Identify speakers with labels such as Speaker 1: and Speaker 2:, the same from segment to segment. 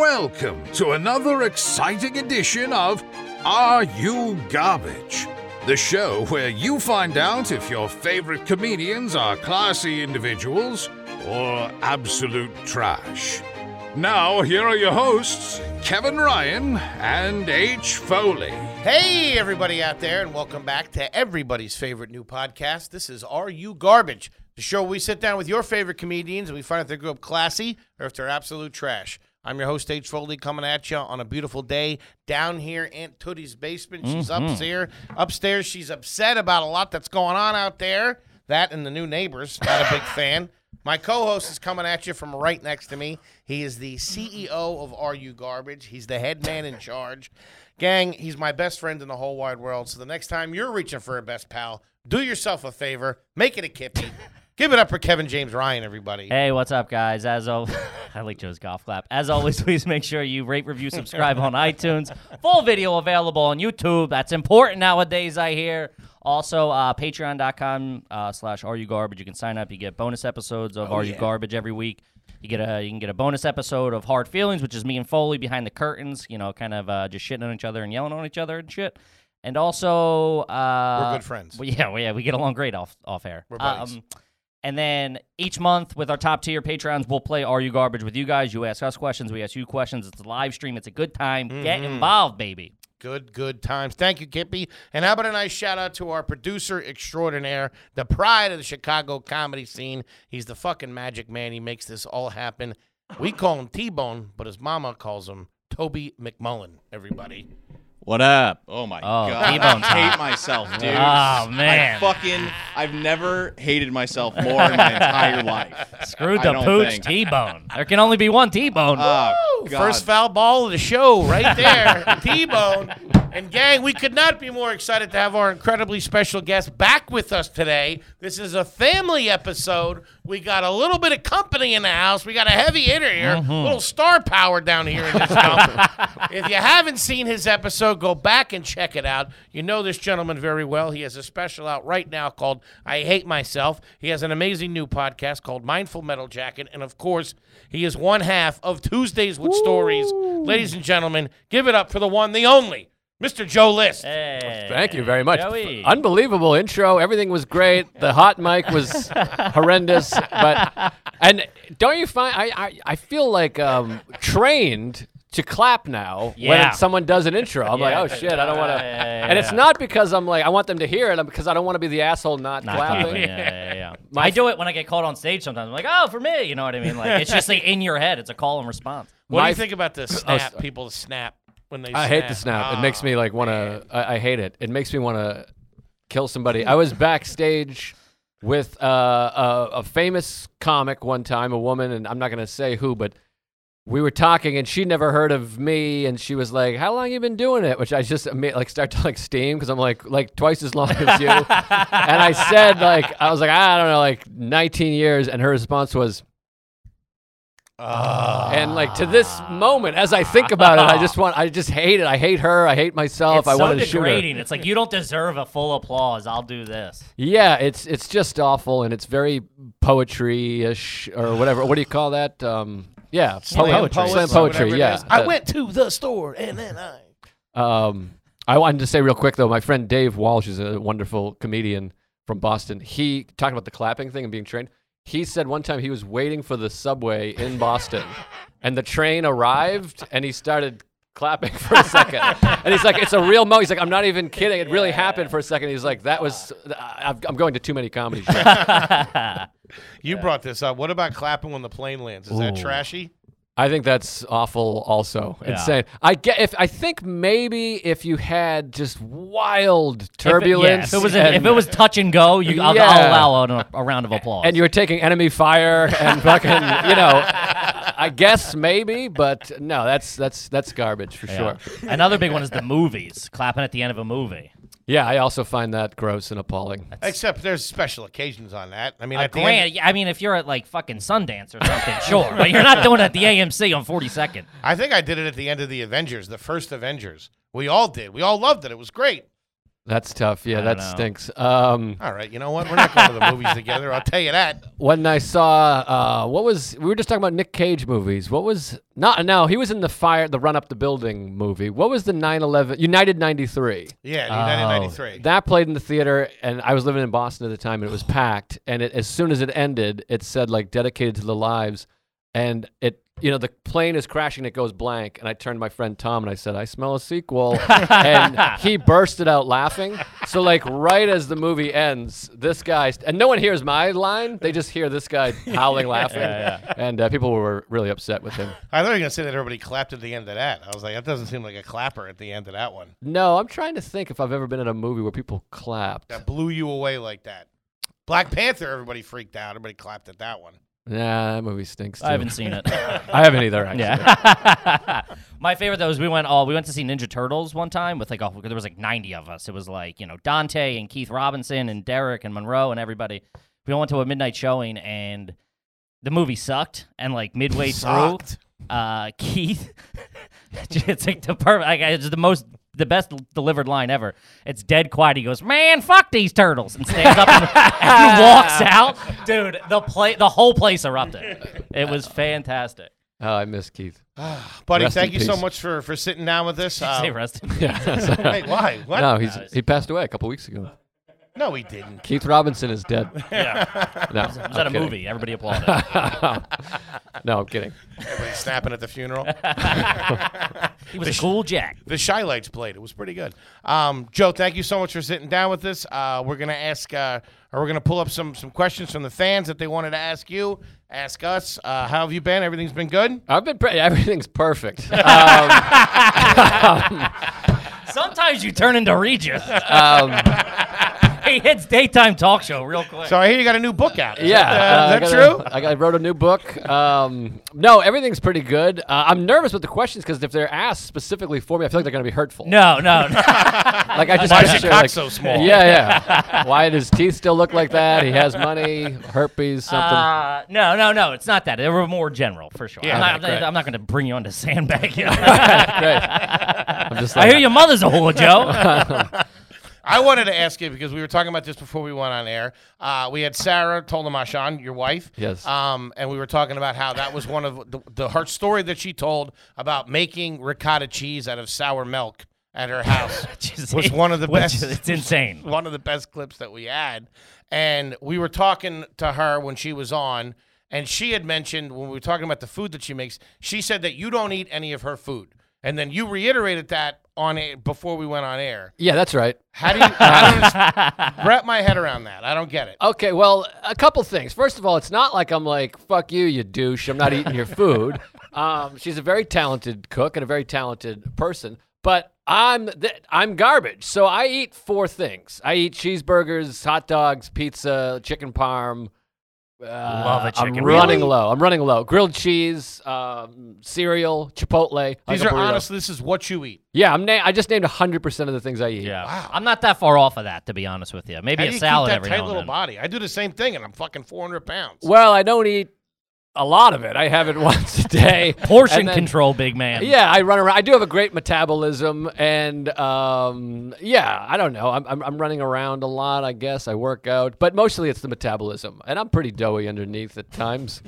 Speaker 1: Welcome to another exciting edition of Are You Garbage? The show where you find out if your favorite comedians are classy individuals or absolute trash. Now, here are your hosts, Kevin Ryan and H. Foley.
Speaker 2: Hey, everybody out there, and welcome back to everybody's favorite new podcast. This is Are You Garbage, the show where we sit down with your favorite comedians and we find out if they grew up classy or if they're absolute trash. I'm your host, H. Foley, coming at you on a beautiful day down here Aunt Tootie's basement. She's upstairs. Upstairs, she's upset about a lot that's going on out there. That and the new neighbors. Not a big fan. My co-host is coming at you from right next to me. He is the CEO of RU Garbage. He's the head man in charge. Gang, he's my best friend in the whole wide world. So the next time you're reaching for a best pal, do yourself a favor, make it a kippy. Give it up for Kevin James Ryan, everybody.
Speaker 3: Hey, what's up, guys? As always, I like Joe's golf clap. As always, please make sure you rate, review, subscribe on iTunes. Full video available on YouTube. That's important nowadays, I hear. Also, uh, patreon.com uh, slash Are You Garbage. You can sign up. You get bonus episodes
Speaker 2: Oh,
Speaker 3: of Are You Garbage every week. You get a you can get a bonus episode of Hard Feelings, which is me and Foley behind the curtains. You know, kind of uh, just shitting on each other and yelling on each other and shit. And also, uh,
Speaker 2: We're good friends.
Speaker 3: well, yeah, well, yeah, we get along great off off air. Um,
Speaker 2: We're buddies.
Speaker 3: and then each month with our top tier patrons, we'll play Are You Garbage with you guys. You ask us questions, we ask you questions. It's a live stream. It's a good time. Get involved, baby.
Speaker 2: Good, good times. Thank you, Kippy. And how about a nice shout out to our producer extraordinaire, the pride of the Chicago comedy scene. He's the fucking magic man. He makes this all happen. We call him T Bone, but his mama calls him Toby McMullen, everybody.
Speaker 4: What up? Oh my
Speaker 3: Oh,
Speaker 4: god.
Speaker 3: T-Bone
Speaker 4: I hate myself, dude.
Speaker 3: Oh, man.
Speaker 4: I fucking I've never hated myself more in my entire life.
Speaker 3: Screw
Speaker 4: I
Speaker 3: the
Speaker 4: don't
Speaker 3: pooch
Speaker 4: think-
Speaker 3: T Bone. There can only be one T Bone.
Speaker 4: Oh, god.
Speaker 2: First foul ball of the show, right there, T Bone. And gang, we could not be more excited to have our incredibly special guest back with us today. This is a family episode. We got a little bit of company in the house. We got a heavy hitter here, a little star power down here in this house. if you haven't seen his episode, go back and check it out. You know this gentleman very well. He has a special out right now called I Hate Myself. He has an amazing new podcast called Mindful Metal Jacket. And of course, he is one half of Tuesdays with Stories. Ladies and gentlemen, give it up for the one, the only, Mr. Joe List.
Speaker 3: Hey.
Speaker 5: Thank you very much.
Speaker 3: Joey.
Speaker 5: Unbelievable intro. Everything was great. The hot mic was horrendous, but and don't you find I I, I feel like um, trained to clap now
Speaker 3: Yeah.
Speaker 5: when someone does an intro. I'm
Speaker 3: Yeah.
Speaker 5: like, oh shit, I don't want to.
Speaker 3: Yeah, yeah, yeah,
Speaker 5: and it's
Speaker 3: yeah.
Speaker 5: not because I'm like I want them to hear it. I'm because I don't want to be the asshole not,
Speaker 3: Not
Speaker 5: clapping.
Speaker 3: clapping, Yeah, yeah, yeah. I do it when I get called on stage sometimes. I'm like, oh, for me. You know what I mean? Like, it's just like in your head. It's a call and response.
Speaker 2: what do
Speaker 5: my
Speaker 2: you
Speaker 5: f-
Speaker 2: think about the snap? People snap when they
Speaker 5: Oh, I hate the snap. it makes me like want to. I, I hate it. It makes me want to kill somebody. I was backstage with uh, a, a famous comic one time, a woman, and I'm not gonna say who, but we were talking, and she never heard of me, and she was like, "How long you been doing it?" Which I just ama- like start to like steam because I'm like like twice as long as you, and I said like I was like I don't know like 19 years, and her response was. And like to this moment, as I think about it, I just want, I just hate it. I hate her. I hate myself.
Speaker 3: it's
Speaker 5: Oh, I
Speaker 3: so
Speaker 5: want to shoot her.
Speaker 3: degrading. It's like you don't deserve a full applause. I'll do this.
Speaker 5: Yeah, it's it's just awful, and it's very poetry ish or whatever. What do you call that? Um, yeah,
Speaker 2: Slam
Speaker 5: poet-
Speaker 2: poets, whatever
Speaker 5: Slam poetry.
Speaker 2: it
Speaker 5: Yeah.
Speaker 2: is. I went to the store and then I.
Speaker 5: Um, I wanted to say real quick though, my friend Dave Walsh is a wonderful comedian from Boston. He talking about the clapping thing and being trained. He said one time he was waiting for the subway in Boston, and the train arrived, and he started clapping for a second. and he's like, "It's a real mo." He's like, "I'm not even kidding. It really happened for a second. He's like, "That was I- I've- I'm going to too many comedy shows."
Speaker 2: You brought this up. What about clapping when the plane lands? Is that trashy?
Speaker 5: I think that's awful. Also insane. I get if I think maybe if you had just wild
Speaker 3: If
Speaker 5: turbulence,
Speaker 3: it, yeah, if it was
Speaker 5: and-
Speaker 3: if it was touch and go, you, I'll, I'll
Speaker 5: Yeah.
Speaker 3: allow a, a round of applause.
Speaker 5: and you were taking enemy fire and fucking, you know, I guess maybe, but no, that's that's that's garbage for
Speaker 3: Yeah.
Speaker 5: sure.
Speaker 3: Another big one is the movies, clapping at the end of a movie.
Speaker 5: Yeah, I also find that gross and appalling.
Speaker 2: Except there's special occasions on that. I mean,
Speaker 3: A
Speaker 2: at the end,
Speaker 3: grand, yeah, I mean, if you're at like fucking Sundance or something, sure, but you're not doing it at the AMC on 42nd.
Speaker 2: I think I did it at the end of the Avengers, the first Avengers. We all did. We all loved it. It was great.
Speaker 5: That's tough. Yeah,
Speaker 3: I
Speaker 5: that
Speaker 3: don't know.
Speaker 5: stinks. Um,
Speaker 2: All right, you know what? We're not going to the movies together. I'll tell you that.
Speaker 5: when I saw uh, what was we were just talking about Nick Cage movies. What was not? No, he was in the fire, the run up the building movie. What was the 9/11 United '93?
Speaker 2: Yeah,
Speaker 3: Oh,
Speaker 2: 1993.
Speaker 5: That played in the theater, and I was living in Boston at the time, and it was packed. And it, as soon as it ended, it said like dedicated to the lives, and it. You know, the plane is crashing, it goes blank. And I turned to my friend Tom and I said, I smell a sequel. and he bursted out laughing. So, like, right as the movie ends, this guy, and no one hears my line, they just hear this guy howling, laughing. And uh, people were really upset with him.
Speaker 2: I thought you were going to say that everybody clapped at the end of that. I was like, that doesn't seem like a clapper at the end of that one.
Speaker 5: No, I'm trying to think if I've ever been in a movie where people clapped.
Speaker 2: That blew you away like that. Black Panther, everybody freaked out. Everybody clapped at that one.
Speaker 5: Nah, that movie stinks. Too.
Speaker 3: I haven't seen it.
Speaker 5: I haven't either, actually.
Speaker 3: Yeah. My favorite though is we went all we went to see Ninja Turtles one time with like all there was like ninety of us. It was like you know Dante and Keith Robinson and Derek and Monroe and everybody. We all went to a midnight showing and the movie sucked. And like midway
Speaker 2: Sucked.
Speaker 3: through, uh, Keith, it's like the perfect. Like, it's the most. The best delivered line ever. It's dead quiet. He goes, "Man, fuck these turtles," and stands up and, and he walks out. Dude, the play, the whole place erupted. It was fantastic.
Speaker 5: Oh, I miss Keith.
Speaker 2: Buddy,
Speaker 5: Rest in
Speaker 2: thank you so
Speaker 5: peace.
Speaker 2: much for, for sitting down with us. Uh,
Speaker 3: Say rest in peace.
Speaker 2: wait, why? What?
Speaker 5: No, he's he passed away a couple weeks ago.
Speaker 2: No, he didn't.
Speaker 5: Keith Robinson is dead. No, was
Speaker 3: It was at a movie. Everybody applauded.
Speaker 5: No, I'm kidding.
Speaker 2: Everybody's snapping at the funeral.
Speaker 3: He was a cool jack.
Speaker 2: the Shy Lights played. It was pretty good. Um, Joe, thank you so much for sitting down with us. Uh, we're gonna ask, uh, or we're gonna pull up some some questions from the fans that they wanted to ask you, ask us. Uh, how have you been? Everything's been good.
Speaker 5: I've been pre- everything's perfect. Um,
Speaker 3: Sometimes you turn into Regis. he hits daytime talk show real quick.
Speaker 2: Um, So I hear you got a new book out. Is
Speaker 5: yeah,
Speaker 2: that, uh, is
Speaker 5: uh,
Speaker 2: that
Speaker 5: I got a-
Speaker 2: true?
Speaker 5: I, got- I wrote a new book. Um, no, everything's pretty good. Uh, I'm nervous with the questions because if they're asked specifically for me, I feel like they're going to be hurtful.
Speaker 3: no, no, no.
Speaker 5: like I just
Speaker 2: Why is your
Speaker 5: picture,
Speaker 2: cock
Speaker 5: like-
Speaker 2: so small?
Speaker 5: Yeah, yeah. Why does teeth still look like that? He has money, herpes, something.
Speaker 3: Uh, no, no, no. It's not that. They were more general for sure. I'm not, I'm not- I'm not going to bring you on to sandbag. you. I
Speaker 5: Great. I'm just like,
Speaker 3: hear your mother's a whore, Joe.
Speaker 2: I wanted to ask you because we were talking about this before we went on air. Uh, we had Sarah Tolomashan, your wife.
Speaker 5: Yes.
Speaker 2: Um, and we were talking about how that was one of the, the her story that she told about making ricotta cheese out of sour milk at her house.
Speaker 3: Just-
Speaker 2: was one of the
Speaker 3: which-
Speaker 2: best.
Speaker 3: It's insane.
Speaker 2: one of the best clips that we had. And we were talking to her when she was on, and she had mentioned when we were talking about the food that she makes, she said that you don't eat any of her food. And then you reiterated that on a, before we went on air.
Speaker 5: yeah, that's right.
Speaker 2: How do you I don't wrap my head around that? I don't get it.
Speaker 5: Okay, well, a couple things. First of all, it's not like I'm like, fuck you, you douche. I'm not eating your food. Um, she's a very talented cook and a very talented person, but I'm th- I'm garbage. So I eat four things. I eat cheeseburgers, hot dogs, pizza, chicken parm. Uh,
Speaker 3: Love a
Speaker 5: I'm
Speaker 3: chicken
Speaker 5: running
Speaker 3: parm.
Speaker 5: low. I'm running low. Grilled cheese, um, cereal, Chipotle. like
Speaker 2: These
Speaker 5: a
Speaker 2: are
Speaker 5: burrito.
Speaker 2: honestly, this is what you eat.
Speaker 5: Yeah, I'm na- I just named 100% of the things I eat.
Speaker 3: Yeah. I'm not that far off of that, to be honest with you. Maybe
Speaker 2: How
Speaker 3: a
Speaker 2: do you
Speaker 3: salad
Speaker 2: keep that
Speaker 3: every
Speaker 2: tight
Speaker 3: now
Speaker 2: little
Speaker 3: and then.
Speaker 2: body? I do the same thing, and I'm fucking 400 pounds.
Speaker 5: Well, I don't eat a lot of it. I have it once a day.
Speaker 3: Portion
Speaker 5: And then-
Speaker 3: control, big man.
Speaker 5: Yeah, I run around. I do have a great metabolism, and um, yeah, I don't know. I'm, I'm I'm running around a lot. I guess I work out, but mostly it's the metabolism, and I'm pretty doughy underneath at times.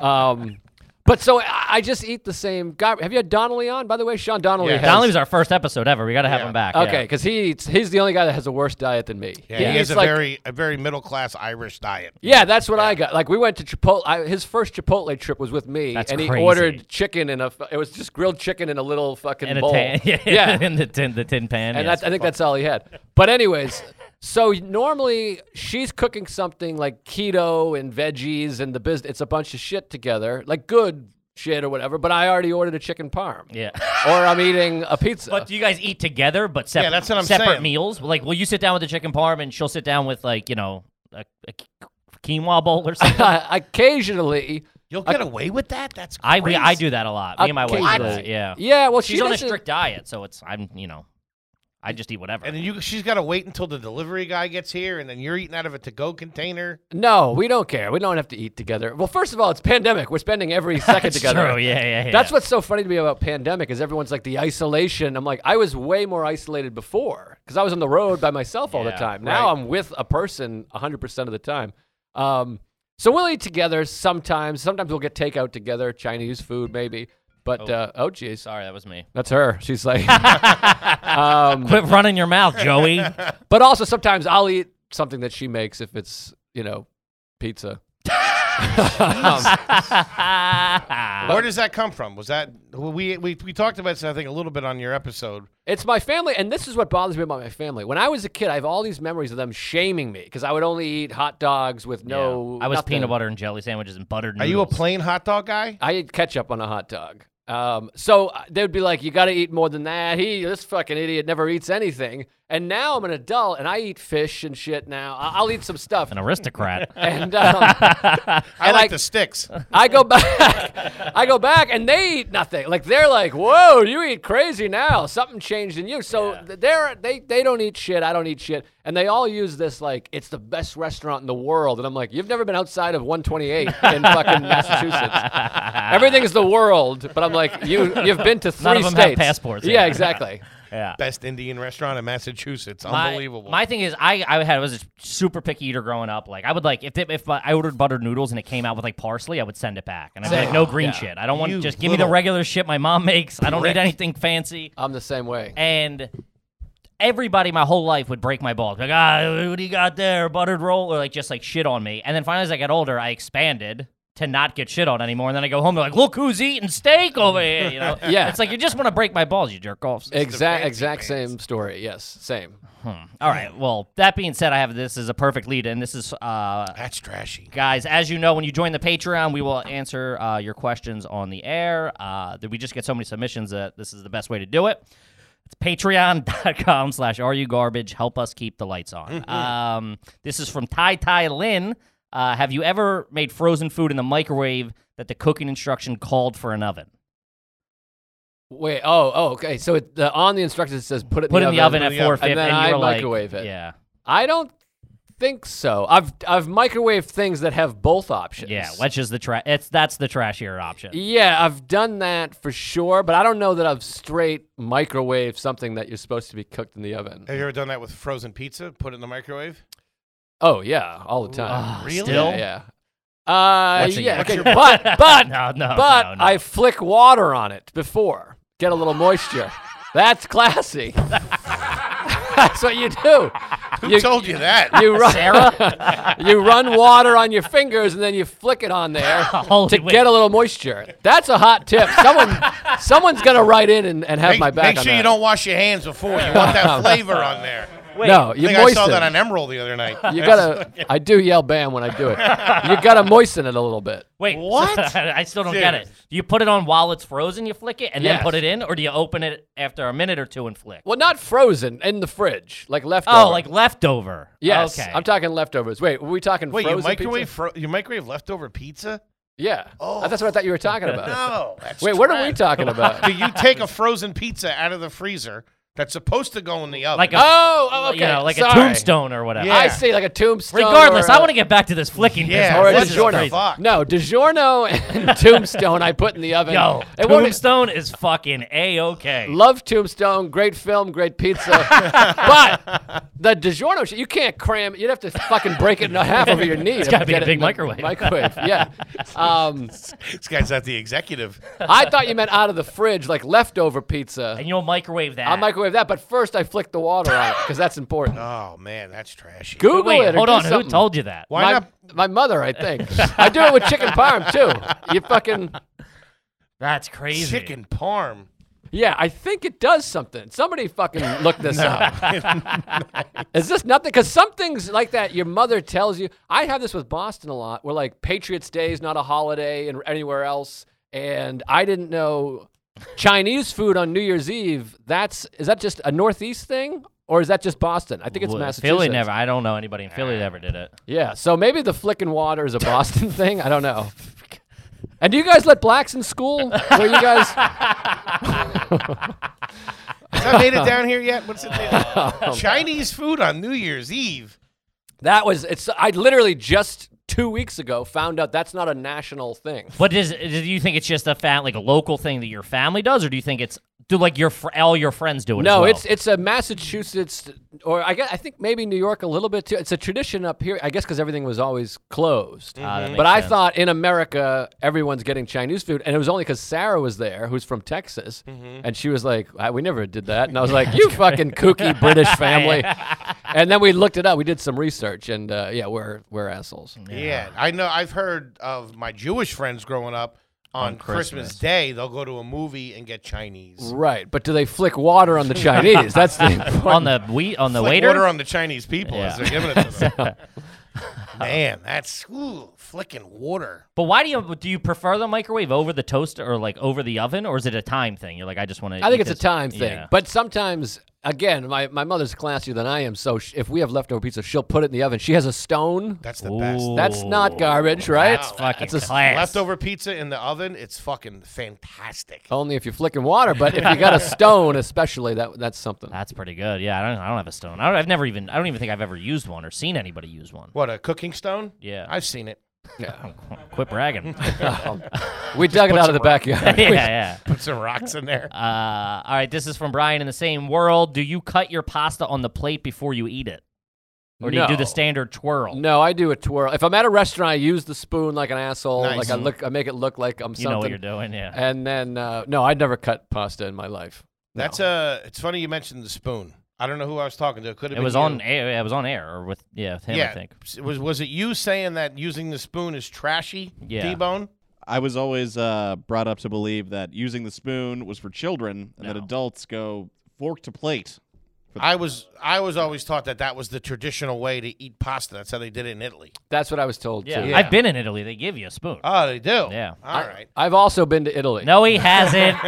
Speaker 5: Um, but so I, I just eat the same. Garbage. Have you had Donnelly on? By the way, Sean Donnelly.
Speaker 2: Yeah.
Speaker 5: has,
Speaker 3: Donnelly was our first episode ever. We got to have
Speaker 2: Yeah.
Speaker 3: him back. yeah.
Speaker 5: Okay, because he eats, he's the only guy that has a worse diet than me.
Speaker 2: yeah, he has
Speaker 5: eats
Speaker 2: a
Speaker 5: like-
Speaker 2: very a very middle class Irish diet.
Speaker 5: Yeah, that's what I got. Like we went to Chipotle. I, his first Chipotle trip was with me,
Speaker 3: That's
Speaker 5: and he
Speaker 3: crazy.
Speaker 5: ordered chicken in a. f- It was just grilled chicken in a little fucking
Speaker 3: in a
Speaker 5: bowl.
Speaker 3: tan, yeah,
Speaker 5: yeah,
Speaker 3: in the tin, the tin pan. yes.
Speaker 5: and
Speaker 3: Oh.
Speaker 5: that's, I think that's all he had. But anyways, so normally she's cooking something like keto and veggies and the business. It's a bunch of shit together, like good shit or whatever. But I already ordered a chicken parm,
Speaker 3: yeah.
Speaker 5: or I'm eating a pizza.
Speaker 3: But do you guys eat together, but separate,
Speaker 2: that's what I'm
Speaker 3: separate
Speaker 2: saying.
Speaker 3: meals? Like, will you sit down with the chicken parm and she'll sit down with, like, you know, a, a quinoa bowl or something?
Speaker 5: occasionally,
Speaker 2: You'll get away with that. That's
Speaker 3: I we, I
Speaker 2: crazy.
Speaker 3: do that a lot. Me and my wife do
Speaker 5: occasionally-
Speaker 3: that, yeah.
Speaker 5: yeah. Well, she
Speaker 3: She's on a
Speaker 5: doesn't-
Speaker 3: strict diet, so it's, I'm, you know, I just eat whatever.
Speaker 2: And then you, she's got to wait until the delivery guy gets here, and then you're eating out of a to-go container.
Speaker 5: No, we don't care. We don't have to eat together. Well, first of all, it's pandemic. We're spending every second
Speaker 3: That's
Speaker 5: together.
Speaker 3: true. Yeah, yeah, yeah.
Speaker 5: That's what's so funny to me about pandemic is everyone's like the isolation. I'm like, I was way more isolated before because I was on the road by myself all the
Speaker 3: Yeah,
Speaker 5: time. Now
Speaker 3: right.
Speaker 5: I'm with a person 100% of the time. Um, so we'll eat together sometimes. Sometimes we'll get takeout together, Chinese food maybe. But oh, uh, oh geez,
Speaker 3: Sorry, that was me.
Speaker 5: that's her. She's like,
Speaker 2: Um,
Speaker 3: Quit running your mouth, Joey. That's
Speaker 5: but also sometimes I'll eat something that she makes if it's you know pizza. Uh,
Speaker 2: Where does that come from? Was that we we, we talked about this, I think, a little bit on your episode.
Speaker 5: It's my family, and this is what bothers me about my family. When I was a kid, I have all these memories of them shaming me because I would only eat hot dogs with no.
Speaker 3: I was
Speaker 5: nothing.
Speaker 3: peanut butter and jelly sandwiches and buttered
Speaker 2: Are
Speaker 3: noodles.
Speaker 2: you a plain hot dog guy?
Speaker 5: I ate ketchup on a hot dog. Um, so uh, they'd be like, "You got to eat more than that." He, this fucking idiot, never eats anything. And now I'm an adult, and I eat fish and shit. Now I- I'll eat some stuff.
Speaker 3: An aristocrat.
Speaker 5: And um,
Speaker 2: I like
Speaker 5: like-
Speaker 2: the sticks.
Speaker 5: I go back, I go back, and they eat nothing. Like they're like, "Whoa, you eat crazy now. Something changed in you." So th- they're they they don't eat shit. I don't eat shit, and they all use this like it's the best restaurant in the world. And I'm like, "You've never been outside of 128 in fucking Massachusetts. Everything's the world." But I'm like, "You you've been to three
Speaker 3: None of them have
Speaker 5: states.
Speaker 3: passports,
Speaker 5: Yeah,
Speaker 3: yeah.
Speaker 5: exactly.
Speaker 3: yeah.
Speaker 2: Best Indian restaurant in Massachusetts.
Speaker 3: My-
Speaker 2: Unbelievable.
Speaker 3: My, thing is, I I had was a super picky eater growing up. Like I would like if they, if I ordered buttered noodles and it came out with like parsley, I would send it back, and I'd be like, no green shit. I don't want
Speaker 2: You
Speaker 3: to just give me the
Speaker 2: little
Speaker 3: regular shit my mom makes. I don't need anything fancy.
Speaker 5: I'm the same way.
Speaker 3: And everybody my whole life would break my balls. Like, ah, what do you got there? Buttered roll? Or like just like shit on me. And then finally, as I got older, I expanded. To not get shit on anymore, and then I go home. They're like, "Look who's eating steak over here!" You know,
Speaker 5: Yeah.
Speaker 3: It's like you just want to break my balls, you jerk offs.
Speaker 5: Exact
Speaker 2: fancy
Speaker 5: exact
Speaker 2: pants.
Speaker 5: same story. Yes, same.
Speaker 3: All right. Well, that being said, I have this is a perfect lead, and this is uh,
Speaker 2: That's trashy.
Speaker 3: guys. As you know, when you join the Patreon, we will answer uh, your questions on the air. Uh, that we just get so many submissions that this is the best way to do it. It's patreon.com slash garbage. Help us keep the lights on. um, this is from Tai Tai Lin. Uh, have you ever made frozen food in the microwave that the cooking instruction called for an oven?
Speaker 5: Wait. Oh. Oh. Okay. So it, the, on the instructions it says put it
Speaker 3: Put it
Speaker 5: in
Speaker 3: in the oven,
Speaker 2: in
Speaker 3: at
Speaker 2: the oven.
Speaker 3: 450.
Speaker 5: And then
Speaker 3: you
Speaker 5: I
Speaker 3: were like-
Speaker 5: microwave it.
Speaker 3: Yeah.
Speaker 5: I don't think so. I've I've microwaved things that have both options.
Speaker 3: Yeah, which is the trash. It's that's the trashier option.
Speaker 5: Yeah, I've done that for sure, but I don't know that I've straight microwaved something that you're supposed to be cooked in the oven.
Speaker 2: Have you ever done that with frozen pizza? Put it in the microwave?
Speaker 5: Oh yeah, all the time.
Speaker 3: Ah,
Speaker 2: Really?
Speaker 3: Still?
Speaker 5: Yeah. yeah. Uh,
Speaker 3: What's it-
Speaker 5: yeah.
Speaker 3: what's
Speaker 5: Okay,
Speaker 3: your-
Speaker 5: but but
Speaker 3: No, no,
Speaker 5: but
Speaker 3: no, no.
Speaker 5: I flick water on it before get a little moisture. That's classy. That's what you do.
Speaker 2: Who
Speaker 5: You-
Speaker 2: told you that?
Speaker 5: You run, you run water on your fingers and then you flick it on there
Speaker 3: Holy
Speaker 5: to
Speaker 3: wait.
Speaker 5: get a little moisture. That's a hot tip. Someone, someone's gonna write in and, and have
Speaker 2: make,
Speaker 5: my back.
Speaker 2: make
Speaker 5: on
Speaker 2: sure you
Speaker 5: that.
Speaker 2: don't wash your hands before. You want that flavor on there.
Speaker 5: No,
Speaker 2: I
Speaker 5: you
Speaker 2: think I
Speaker 5: moisten.
Speaker 2: saw that
Speaker 5: it.
Speaker 2: on Emerald the other night.
Speaker 5: you gotta. I do yell bam when I do it. You gotta moisten it a little bit.
Speaker 3: Wait,
Speaker 2: What?
Speaker 3: I still don't get it. Do you put it on while it's frozen, you flick it, and then
Speaker 5: Yes.
Speaker 3: put it in, or do you open it after a minute or two and flick?
Speaker 5: Well, not frozen in the fridge, like leftover.
Speaker 3: Oh, like leftover.
Speaker 5: yes.
Speaker 3: Okay.
Speaker 5: I'm talking leftovers. Wait, were we talking
Speaker 2: Wait, you
Speaker 5: frozen
Speaker 2: microwave
Speaker 5: pizza?
Speaker 2: fro- you microwave leftover pizza?
Speaker 5: Yeah. Oh, that's what I thought you were talking about.
Speaker 2: No. That's
Speaker 5: Wait, what are we
Speaker 2: trash.
Speaker 5: talking about?
Speaker 2: Do you take a frozen pizza out of the freezer that's supposed to go in the oven?
Speaker 3: like a,
Speaker 5: oh, oh, okay.
Speaker 3: you know, like
Speaker 5: Sorry.
Speaker 3: a tombstone or whatever.
Speaker 2: Yeah.
Speaker 5: I see, like a tombstone.
Speaker 3: Regardless,
Speaker 5: or
Speaker 3: I
Speaker 5: a-
Speaker 3: want to get back to this flicking
Speaker 2: Yeah,
Speaker 5: Or a
Speaker 3: business.
Speaker 2: This is
Speaker 5: DiGiorno.
Speaker 2: crazy. Fuck.
Speaker 5: No, DiGiorno and Tombstone I put in the oven.
Speaker 3: Yo,
Speaker 5: it won't,
Speaker 3: Tombstone is fucking a okay.
Speaker 5: love Tombstone, great film, great pizza. but the DiGiorno shit, you can't cram. You'd have to fucking break it in half over your knee. It's
Speaker 3: gotta be a big microwave.
Speaker 5: Microwave, yeah. Um,
Speaker 2: this guy's not the executive.
Speaker 5: I thought you meant out of the fridge, like leftover pizza.
Speaker 3: And you'll microwave that.
Speaker 5: I'll microwave that, but first I flick the water on it because that's important.
Speaker 2: Oh man, that's trashy.
Speaker 3: Uh,
Speaker 5: Google
Speaker 3: Wait,
Speaker 5: it. Or
Speaker 3: hold
Speaker 5: do
Speaker 3: on. Who
Speaker 5: something.
Speaker 3: told you that?
Speaker 2: Why
Speaker 5: my,
Speaker 2: not?
Speaker 5: My mother, I think. I do it with chicken parm too. You fucking
Speaker 3: That's crazy.
Speaker 2: Chicken parm.
Speaker 5: yeah. I think it does something. Somebody fucking look this up. Is this nothing? Because some things like that, your mother tells you. I have this with Boston a lot. Where like Patriots Day is not a holiday and anywhere else, and I didn't know Chinese food on New Year's Eve. That's is that just a Northeast thing? Or is that just Boston? I think it's
Speaker 3: Well,
Speaker 5: Massachusetts.
Speaker 3: Philly never. I don't know anybody in Philly that ever did it.
Speaker 5: Yeah, so maybe the flicking water is a Boston thing. I don't know. And do you guys let blacks in school? Were you guys?
Speaker 2: I made it down here yet? What's it?
Speaker 3: Oh,
Speaker 2: Chinese food on New Year's Eve.
Speaker 5: That was it's. I literally just two weeks ago found out that's not a national thing.
Speaker 3: But does do you think it's just a fat like a local thing that your family does, or do you think it's do like your fr- all your friends do it? as
Speaker 5: No,
Speaker 3: well?
Speaker 5: it's it's a Massachusetts or I guess, I think maybe New York a little bit too. It's a tradition up here, I guess, because everything was always closed.
Speaker 3: Ah, that makes
Speaker 5: But I
Speaker 3: sense.
Speaker 5: thought in America everyone's getting Chinese food, and it was only because Sarah was there, who's from Texas,
Speaker 3: Mm-hmm.
Speaker 5: and she was like, "I- "We never did that," and I was like, "You fucking kooky British family." and then we looked it up. We did some research, and uh, yeah, we're we're assholes.
Speaker 2: Yeah. I know. I've heard of my Jewish friends growing up on, Christmas.
Speaker 3: Christmas.
Speaker 2: Day. They'll go to a movie and get Chinese.
Speaker 5: Right, but do they flick water on the Chinese? That's the important.
Speaker 3: on the wheat on the
Speaker 2: Flick
Speaker 3: waiter.
Speaker 2: water on the Chinese people as
Speaker 3: Yeah.
Speaker 2: they're giving it to them. Man, that's ooh, flicking water.
Speaker 3: but why do you do you prefer the microwave over the toaster or like over the oven, or is it a time thing? You're like, I just want to.
Speaker 5: I think it's a time thing.
Speaker 3: Yeah.
Speaker 5: But sometimes, again, my, my mother's classier than I am. So sh- if we have leftover pizza, she'll put it in the oven. She has a stone.
Speaker 2: That's the best.
Speaker 5: That's not garbage, right?
Speaker 3: That's fucking
Speaker 5: That's a-
Speaker 3: class.
Speaker 2: Leftover pizza in the oven, it's fucking fantastic.
Speaker 3: Oh.
Speaker 5: Only if you're flicking water. But if you got a stone, especially, that that's something.
Speaker 3: That's pretty good. Yeah, I don't. I don't have a stone. I don't, I've never even. I don't even think I've ever used one or seen anybody use one.
Speaker 2: What, a cooking stone?
Speaker 3: Yeah.
Speaker 2: I've seen it.
Speaker 3: Quit bragging.
Speaker 5: We dug it out of the backyard.
Speaker 3: yeah, yeah.
Speaker 2: Put some rocks in there.
Speaker 3: Uh, all right, this is from Brian in the same world. Do you cut your pasta on the plate before you eat it, or do you do
Speaker 5: No.
Speaker 3: the standard twirl?
Speaker 5: No, I do a twirl. If I'm at a restaurant, I use the spoon like an asshole.
Speaker 2: Nice.
Speaker 5: Like I look, I make it look like I'm
Speaker 3: you
Speaker 5: something.
Speaker 3: know what you're doing. Yeah.
Speaker 5: And then, uh, no, I'd never cut pasta in my life. No.
Speaker 2: That's uh it's funny you mentioned the spoon. I don't know who I was talking to. It could have
Speaker 3: It
Speaker 2: been
Speaker 3: was
Speaker 2: you.
Speaker 3: on air. It was on air or with yeah with him.
Speaker 2: yeah,
Speaker 3: I think.
Speaker 2: s- was was it you saying that using the spoon is trashy?
Speaker 3: Yeah.
Speaker 2: T-bone.
Speaker 4: I was always uh, brought up to believe that using the spoon was for children and that
Speaker 3: No.
Speaker 4: adults go fork to plate.
Speaker 2: I was I was always taught that that was the traditional way to eat pasta. That's how they did it in Italy.
Speaker 5: That's what I was told
Speaker 3: Yeah.
Speaker 5: too.
Speaker 2: Yeah.
Speaker 3: I've been in Italy. Ah, They give you a spoon.
Speaker 2: Oh, they do.
Speaker 3: Yeah.
Speaker 2: All right.
Speaker 5: I've also been to Italy.
Speaker 3: no, he hasn't.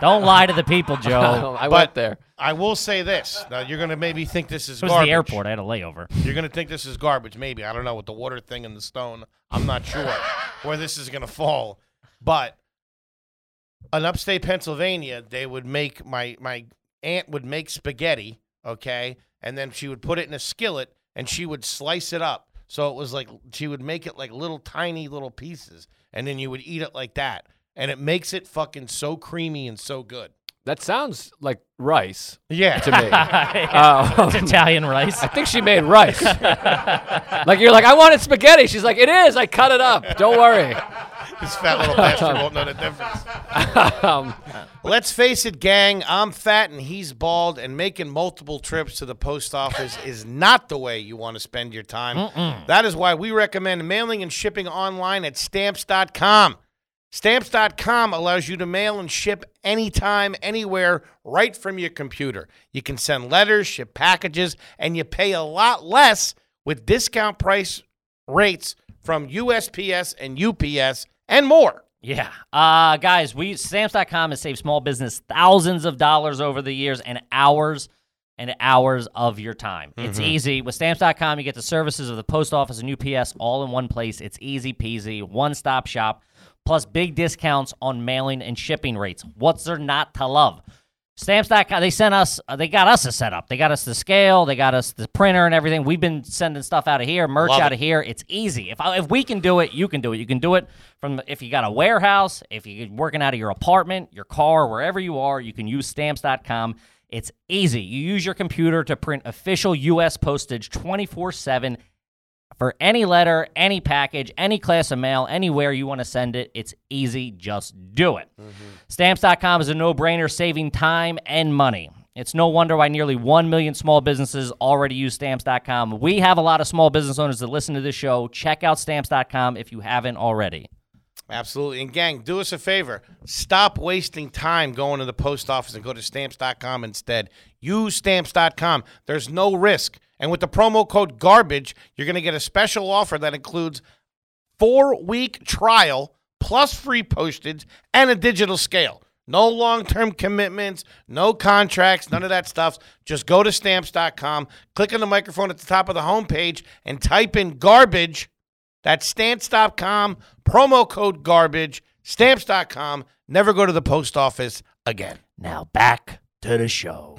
Speaker 3: Don't lie to the people, Joe.
Speaker 5: I
Speaker 2: But-
Speaker 5: went there.
Speaker 2: I will say this. Now you're gonna maybe think this is
Speaker 3: It was
Speaker 2: garbage.
Speaker 3: the airport. I had a layover.
Speaker 2: You're gonna think this is garbage. Maybe I don't know with the water thing and the stone. I'm not sure where this is gonna fall, but in upstate Pennsylvania, they would make my my aunt would make spaghetti, okay, and then she would put it in a skillet and she would slice it up. So it was like she would make it like little tiny little pieces, and then you would eat it like that, and it makes it fucking so creamy and so good.
Speaker 5: That sounds like rice
Speaker 2: Yeah,
Speaker 5: to me.
Speaker 3: It's
Speaker 5: Um,
Speaker 3: Italian rice.
Speaker 5: I think she made rice. like you're like, I wanted spaghetti. She's like, it is. I cut it up. Don't worry.
Speaker 2: this fat little bastard won't know the difference.
Speaker 5: Um,
Speaker 2: Let's face it, gang. I'm fat and he's bald, and making multiple trips to the post office is not the way you want to spend your time. That is why we recommend mailing and shipping online at stamps.com. Stamps.com allows you to mail and ship anytime, anywhere, right from your computer. You can send letters, ship packages, and you pay a lot less with discount price rates from USPS and UPS and more.
Speaker 3: Yeah. Uh, guys, we stamps.com has saved small business thousands of dollars over the years and hours and hours of your time. It's easy. With stamps.com, you get the services of the post office and UPS all in one place. It's easy peasy, one stop shop, plus big discounts on mailing and shipping rates. What's there not to love? Stamps.com, they sent us, uh, they got us a setup. They got us the scale, they got us the printer and everything. We've been sending stuff out of here, merch
Speaker 2: Love
Speaker 3: out
Speaker 2: it.
Speaker 3: of here. It's easy. If, I, if we can do it, you can do it. You can do it from if you got a warehouse, if you're working out of your apartment, your car, wherever you are, you can use stamps.com. It's easy. You use your computer to print official U.S. postage 24 7 for any letter, any package, any class of mail, anywhere you want to send it, it's easy. Just do it. Stamps.com is a no brainer, saving time and money. It's no wonder why nearly 1 million small businesses already use stamps.com. We have a lot of small business owners that listen to this show. Check out stamps.com if you haven't already.
Speaker 2: Absolutely. And gang, do us a favor. Stop wasting time going to the post office and go to stamps.com instead. Use stamps.com. There's no risk. And with the promo code garbage, you're going to get a special offer that includes 4-week trial plus free postage and a digital scale. No long-term commitments, no contracts, none of that stuff. Just go to stamps.com, click on the microphone at the top of the homepage and type in garbage that's stamps.com, promo code garbage, stamps.com. Never go to the post office again.
Speaker 3: Now back to the show.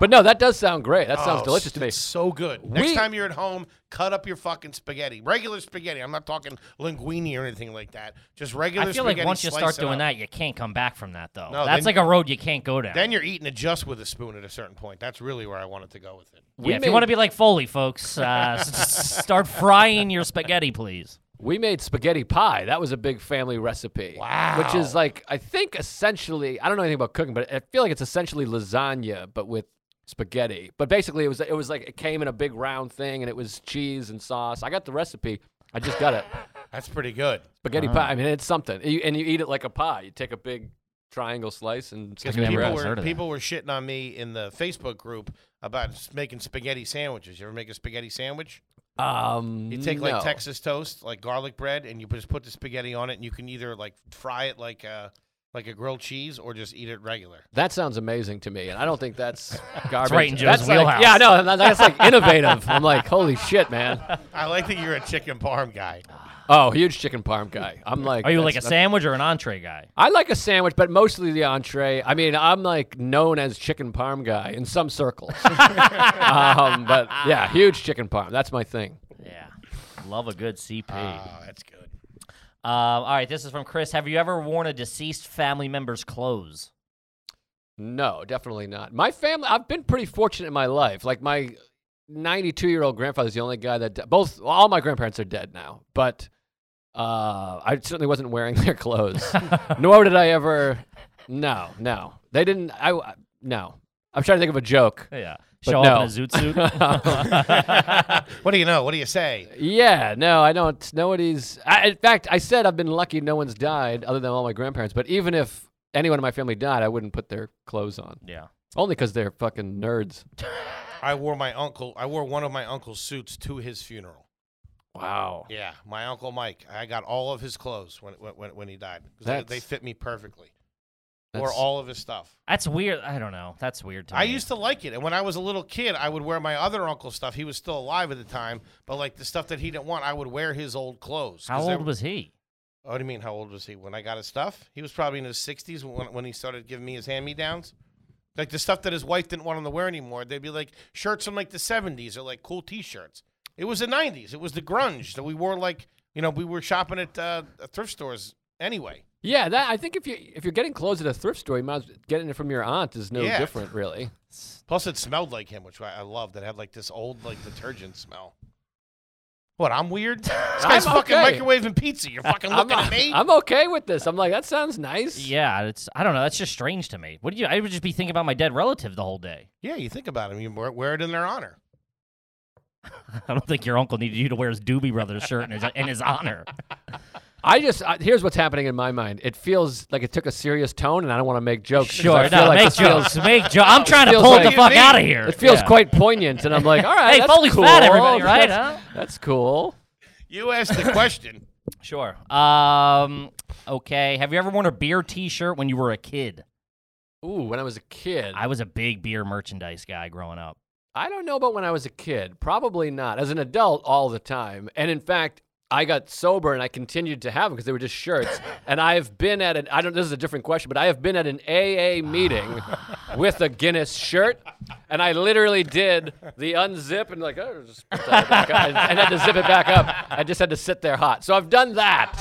Speaker 5: But no, that does sound great. That sounds
Speaker 2: Oh,
Speaker 5: delicious
Speaker 2: it's
Speaker 5: to me.
Speaker 2: So good. Next
Speaker 5: We-
Speaker 2: time you're at home, cut up your fucking spaghetti. Regular spaghetti. I'm not talking linguine or anything like that. Just regular
Speaker 3: I feel like
Speaker 2: spaghetti,
Speaker 3: once you
Speaker 2: slice
Speaker 3: start
Speaker 2: it
Speaker 3: doing
Speaker 2: up.
Speaker 3: that, you can't come back from that though.
Speaker 2: No,
Speaker 3: That's
Speaker 2: then-
Speaker 3: like a road you can't go down.
Speaker 2: then you're eating it just with a spoon at a certain point. That's really where I wanted to go with it.
Speaker 3: yeah,
Speaker 5: we
Speaker 3: if you want to
Speaker 5: made-
Speaker 3: be like Foley, folks, uh, s- s- start frying your spaghetti, please.
Speaker 5: We made spaghetti pie. That was a big family recipe. Wow. Which is like, I think essentially, I don't know anything about cooking, but I feel like it's essentially lasagna, but with spaghetti. But basically, it was it was like it came in a big round thing, and it was cheese and sauce. I got the recipe. I just got it.
Speaker 2: That's pretty good.
Speaker 5: Spaghetti
Speaker 3: Uh-huh.
Speaker 5: pie. I mean, it's something. You- and you eat it like a pie. You take a big triangle slice and stick
Speaker 2: Because
Speaker 5: it in
Speaker 3: never
Speaker 5: your
Speaker 2: people
Speaker 5: ass.
Speaker 3: heard
Speaker 2: were
Speaker 3: of that.
Speaker 2: people were shitting on me in the Facebook group about s- making spaghetti sandwiches. You ever make a spaghetti sandwich?
Speaker 5: Um,
Speaker 2: You take like
Speaker 5: no.
Speaker 2: Texas toast, like garlic bread, and you just put the spaghetti on it, and you can either like fry it like a like a grilled cheese or just eat it regular.
Speaker 5: That sounds amazing to me, and I don't think that's garbage.
Speaker 3: right in Joe's
Speaker 5: That's like-
Speaker 3: wheelhouse.
Speaker 5: yeah, no, that- that's like innovative. I'm like, holy shit, man.
Speaker 2: I like that you're a chicken parm guy.
Speaker 5: Oh, huge chicken parm guy. I'm like,
Speaker 3: Are you like a
Speaker 5: that's-
Speaker 3: sandwich or an entree guy?
Speaker 5: I like a sandwich, but mostly the entree. I mean, I'm like known as chicken parm guy in some circles. um, but yeah, huge chicken parm. That's my thing.
Speaker 3: Yeah, love a good CP.
Speaker 2: Oh, that's good.
Speaker 3: Uh, all right, this is from Chris. Have you ever worn a deceased family member's clothes?
Speaker 5: No, definitely not. My family. I've been pretty fortunate in my life. Like my 92 year old grandfather's the only guy that di- both all my grandparents are dead now, but uh, I certainly wasn't wearing their clothes. Nor did I ever. No, no, they didn't. I no. I'm trying to think of a joke.
Speaker 3: Yeah,
Speaker 5: But
Speaker 3: show
Speaker 5: no.
Speaker 3: up in a zoot suit.
Speaker 2: What do you know? What do you say?
Speaker 5: Yeah, no, I don't. Nobody's. I, in fact, I said I've been lucky no one's died other than all my grandparents, but even if anyone in my family died, I wouldn't put their clothes on.
Speaker 3: yeah.
Speaker 5: Only because they're fucking nerds.
Speaker 2: I wore my uncle. I wore one of my uncle's suits to his funeral.
Speaker 5: Wow.
Speaker 2: Yeah, my uncle Mike. I got all of his clothes when when when, when he died. 'Cause They, they
Speaker 5: That's-
Speaker 2: fit me perfectly. Wore
Speaker 5: That's-
Speaker 2: all of his stuff.
Speaker 3: That's weird. I don't know. That's weird to
Speaker 2: I
Speaker 3: me.
Speaker 2: used to like it, and when I was a little kid, I would wear my other uncle's stuff. He was still alive at the time, but like the stuff that he didn't want, I would wear his old clothes. 'cause
Speaker 3: How
Speaker 2: they
Speaker 3: old
Speaker 2: were- Oh,
Speaker 3: was he?
Speaker 2: What do you mean? How old was he when I got his stuff? He was probably in his sixties when, when he started giving me his hand me downs. Like the stuff that his wife didn't want him to wear anymore. They'd be like shirts from like the seventies or like cool T-shirts. It was the nineties. It was the grunge that we wore. Like you know, we were shopping at uh, thrift stores anyway.
Speaker 5: Yeah, that I think if you if you're getting clothes at a thrift store, you might as well getting it from your aunt is no
Speaker 2: Yeah.
Speaker 5: different, really.
Speaker 2: Plus, it smelled like him, which I, I loved. It had like this old like detergent smell. What? I'm weird. This guy's
Speaker 5: I'm
Speaker 2: fucking
Speaker 5: okay.
Speaker 2: microwaving pizza. You're fucking
Speaker 5: I'm,
Speaker 2: looking at me.
Speaker 5: I'm okay with this. I'm like, that sounds nice.
Speaker 3: Yeah, it's I don't know. That's just strange to me. What do you? I would just be thinking about my dead relative the whole day.
Speaker 2: yeah, you think about him. You wear, wear it in their honor.
Speaker 3: I don't think your uncle needed you to wear his Doobie Brothers shirt in his, in his honor.
Speaker 5: I just I, here's what's happening in my mind. It feels like it took a serious tone, and I don't want to make jokes. 'cause I
Speaker 3: Sure,
Speaker 5: feel
Speaker 3: no,
Speaker 5: like
Speaker 3: make
Speaker 5: this feels-
Speaker 3: jokes, make jokes. I'm trying to
Speaker 5: feels
Speaker 3: pull it
Speaker 5: like-
Speaker 3: the fuck
Speaker 2: What do you
Speaker 3: out of
Speaker 2: mean?
Speaker 3: here.
Speaker 5: It feels
Speaker 3: Yeah.
Speaker 5: quite poignant, and I'm like, all right,
Speaker 3: Hey,
Speaker 5: that's
Speaker 3: Foley's
Speaker 5: cool.
Speaker 3: fat, everybody, right?
Speaker 5: That's,
Speaker 3: Huh?
Speaker 5: that's cool.
Speaker 2: You asked the question.
Speaker 3: Sure. Um. Okay. Have you ever worn a beer T-shirt when you were a kid?
Speaker 5: Ooh, when I was a kid,
Speaker 3: I
Speaker 5: I,
Speaker 3: was a big beer merchandise guy growing up.
Speaker 5: don't know about when I was a kid. Probably not. As an adult, all the time. And in fact, I got sober and I continued to have them because they were just shirts. and I've been at an I don't. This is a different question, but I have been at an AA meeting with a Guinness shirt, and I literally did the unzip and like, oh, just put that back up," and, and had to zip it back up. I just had to sit there hot. So I've done that.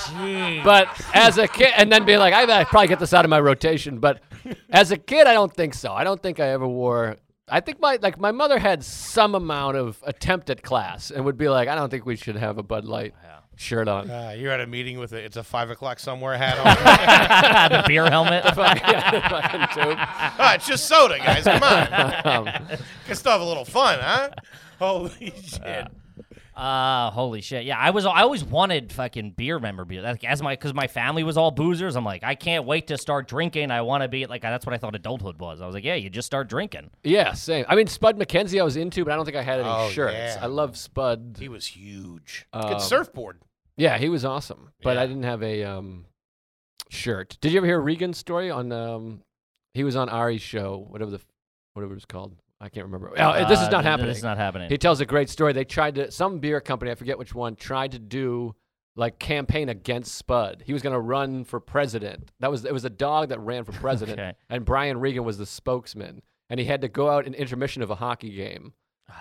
Speaker 5: But as a kid, and then being like, I better probably get this out of my rotation. But as a kid, I don't think so. I don't think I ever wore. I think my like my mother had some amount of attempt at class and would be like, I don't think we should have a Bud Light shirt on.
Speaker 2: Uh, you're at a meeting with a, it's a five o'clock somewhere hat on.
Speaker 3: the beer helmet.
Speaker 5: Yeah, fucking dope.
Speaker 2: Ah, it's just soda, guys. Come on.
Speaker 3: Um,
Speaker 2: Can still have a little fun, huh? Holy shit.
Speaker 3: Uh, holy shit! Yeah, I was. I always wanted fucking beer memorabilia. Like, as my because my family was all boozers. I'm like, I can't wait to start drinking. I want to be like. That's what I thought adulthood was. I was like, yeah, you just start drinking.
Speaker 5: yeah, same. I mean, Spud McKenzie, I was into, but I don't think I had any
Speaker 2: Oh,
Speaker 5: shirts.
Speaker 2: yeah.
Speaker 5: I love Spud.
Speaker 2: he was huge.
Speaker 3: Um,
Speaker 2: Good surfboard.
Speaker 5: Yeah, he was awesome, but
Speaker 2: Yeah.
Speaker 5: I didn't have a um, shirt. Did you ever hear Regan's story on? Um, he was on Ari's show, whatever the f- whatever it was called. I can't remember. Oh, this is
Speaker 3: Uh,
Speaker 5: not
Speaker 3: th-
Speaker 5: happening.
Speaker 3: This is not happening.
Speaker 5: He tells a great story. They tried to some beer company, I forget which one, tried to do like campaign against Spud. He was going to run for president. That was it was a dog that ran for president,
Speaker 3: Okay.
Speaker 5: and Brian Regan was the spokesman, and he had to go out in intermission of a hockey game,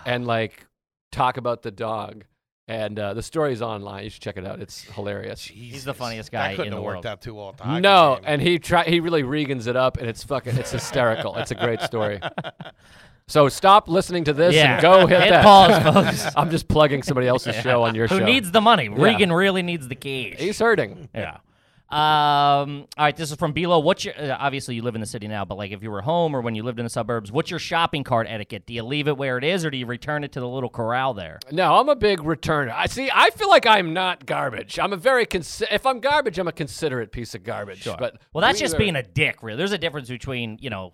Speaker 5: and like talk about the dog. And uh, the story is online. You should check it out. It's hilarious.
Speaker 3: He's the funniest guy
Speaker 2: That
Speaker 3: in
Speaker 2: couldn't
Speaker 3: the
Speaker 2: have
Speaker 3: world.
Speaker 2: worked out too well. at the hockey
Speaker 5: No,
Speaker 2: game.
Speaker 5: and he try he really regans it up, and it's fucking it's hysterical. it's a great story. So stop listening to this
Speaker 3: Yeah.
Speaker 5: and go hit,
Speaker 3: Hit
Speaker 5: that.
Speaker 3: pause, folks.
Speaker 5: I'm just plugging somebody else's show on your
Speaker 3: Who
Speaker 5: show.
Speaker 3: needs the money? Regan really needs the cage.
Speaker 5: He's hurting.
Speaker 3: Yeah. Um, all right, this is from Below. What's your uh, obviously you live in the city now, but like if you were home or when you lived in the suburbs, what's your shopping cart etiquette? Do you leave it where it is or do you return it to the little corral there?
Speaker 5: No, I'm a big returner. I see. I feel like I'm not garbage. I'm a very consi- if I'm garbage, I'm a considerate piece of garbage. But
Speaker 3: Well, that's
Speaker 5: we
Speaker 3: just
Speaker 5: are-
Speaker 3: being a dick, really. There's a difference between, you know,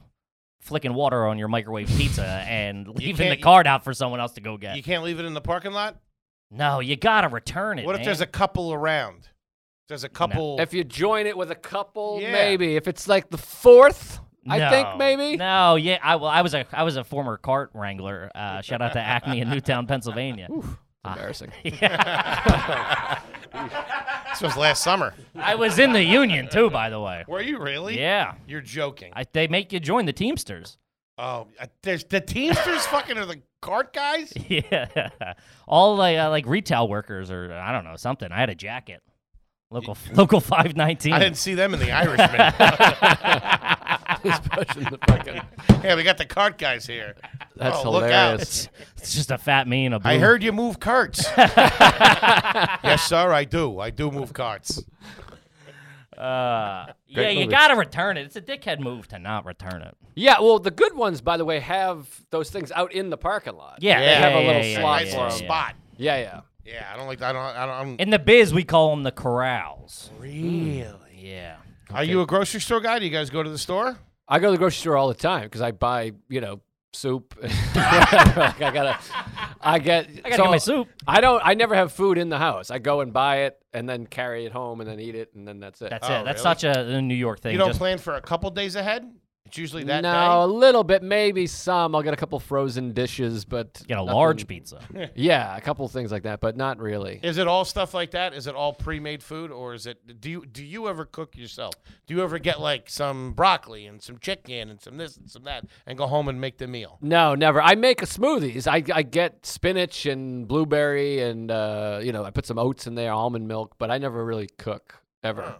Speaker 3: flicking water on your microwave pizza and leaving the
Speaker 2: can't-
Speaker 3: card out for someone else to go get.
Speaker 2: you can't leave it in the parking lot.
Speaker 3: no, you got to return it.
Speaker 2: What if there's a couple around? If There's a couple.
Speaker 5: If you join it with a couple,
Speaker 2: Yeah.
Speaker 5: maybe if it's like the fourth, I think maybe.
Speaker 3: No, yeah, I, well, I was a I was a former cart wrangler. Uh, shout out to Acme in Newtown, Pennsylvania.
Speaker 5: Embarrassing.
Speaker 2: this was last summer.
Speaker 3: I was in the union too, by the way.
Speaker 2: Were you really?
Speaker 3: Yeah.
Speaker 2: You're joking.
Speaker 3: I, they make you join the Teamsters.
Speaker 2: oh, I- there's the Teamsters fucking are the cart guys.
Speaker 3: Yeah, all like uh, like retail workers or I don't know something. I had a jacket, local local five nineteen.
Speaker 2: I didn't see them in the Irishman.
Speaker 5: Just pushing the fucking.
Speaker 2: yeah, we got the cart guys here.
Speaker 5: That's
Speaker 2: Oh, look out.
Speaker 5: hilarious.
Speaker 3: It's, it's just a fat me in a blue.
Speaker 2: I heard you move carts. yes, sir, I do. I do move carts.
Speaker 3: Uh, yeah,
Speaker 5: Great
Speaker 3: you
Speaker 5: movie.
Speaker 3: gotta return it. It's a dickhead move to not return it.
Speaker 5: Yeah, well, the good ones, by the way, have those things out in the parking lot.
Speaker 3: Yeah,
Speaker 2: They have
Speaker 5: a
Speaker 3: yeah,
Speaker 5: little
Speaker 3: yeah, yeah,
Speaker 5: slot
Speaker 2: Nice
Speaker 3: yeah,
Speaker 5: for
Speaker 2: little
Speaker 3: yeah, yeah.
Speaker 2: spot.
Speaker 5: yeah, yeah.
Speaker 2: Yeah, I don't like. I don't. I don't. I'm,
Speaker 3: In the biz, we call them the corrals. Mm,
Speaker 2: really?
Speaker 3: Yeah.
Speaker 2: Are you a grocery store guy? Do you guys go to the store?
Speaker 5: I go to the grocery store all the time because I buy, you know, soup. Like, I gotta, I get. I
Speaker 3: gotta get my soup.
Speaker 5: I don't. I never have food in the house. I go and buy it and then carry it home and then eat it and then that's it.
Speaker 3: That's
Speaker 2: Oh,
Speaker 3: it. That's
Speaker 2: really?
Speaker 3: such a, a New York thing.
Speaker 2: You don't
Speaker 3: just-
Speaker 2: plan for a couple days ahead. It's usually that
Speaker 5: no,
Speaker 2: day.
Speaker 5: a little bit, maybe some. I'll get a couple frozen dishes, but
Speaker 3: get a
Speaker 5: nothing-
Speaker 3: large pizza.
Speaker 5: Yeah, a couple things like that, but not really.
Speaker 2: Is it all stuff like that? Is it all pre-made food, or is it? Do you do you ever cook yourself? Do you ever get like some broccoli and some chicken and some this and some that, and go home and make the meal?
Speaker 5: No, never. I make smoothies. I, I get spinach and blueberry and uh, you know I put some oats in there, almond milk, but I never really cook ever.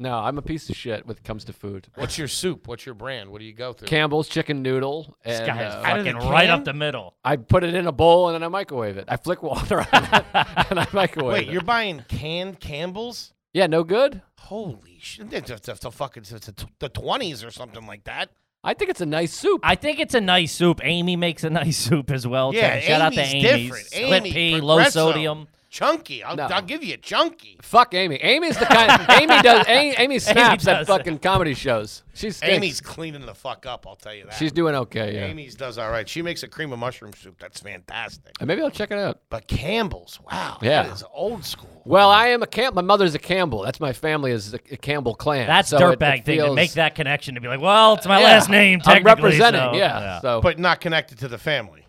Speaker 5: No, I'm a piece of shit when it comes to food.
Speaker 2: What's your soup? What's your brand? What do you go through?
Speaker 5: Campbell's chicken noodle,
Speaker 3: This
Speaker 5: and
Speaker 3: guy is
Speaker 5: uh,
Speaker 2: Out of the
Speaker 3: fucking right
Speaker 2: can?
Speaker 3: up the middle.
Speaker 5: I put it in a bowl and then I microwave it. I flick water on it and I microwave
Speaker 2: Wait,
Speaker 5: it.
Speaker 2: you're buying canned Campbell's?
Speaker 5: yeah, no good.
Speaker 2: Holy shit! That's, that's a fucking that's a tw- the twenties or something like that.
Speaker 5: I think it's a nice soup.
Speaker 3: I think it's a nice soup. Amy makes a nice soup as well.
Speaker 2: Yeah,
Speaker 3: too. shout out to
Speaker 2: Amy's
Speaker 3: Amy's.
Speaker 2: different.
Speaker 3: Split
Speaker 2: Amy,
Speaker 3: pea, low
Speaker 2: Progresso.
Speaker 3: sodium.
Speaker 2: Chunky. I'll,
Speaker 5: No.
Speaker 2: I'll give you a chunky.
Speaker 5: Fuck Amy. Amy's the kind. Amy does. Amy, Amy snaps
Speaker 3: does
Speaker 5: at
Speaker 3: it.
Speaker 5: fucking comedy shows. She's
Speaker 2: Amy's cleaning the fuck up. I'll tell you that.
Speaker 5: She's doing okay. Yeah.
Speaker 2: Amy's does all right. She makes a cream of mushroom soup. That's fantastic.
Speaker 5: And Maybe I'll check it out.
Speaker 2: But Campbell's, wow,
Speaker 5: Yeah.
Speaker 2: that is old school.
Speaker 5: Well, I am a Camp. My mother's a Campbell. That's my family is a, a Campbell clan.
Speaker 3: That's
Speaker 5: so it- it
Speaker 3: dirtbag thing to
Speaker 5: feels-
Speaker 3: make that connection to be like, well, it's my
Speaker 5: Yeah,
Speaker 3: last name.
Speaker 5: I'm
Speaker 3: Technically,
Speaker 5: representing.
Speaker 3: so-
Speaker 5: yeah, So
Speaker 2: but not connected to the family.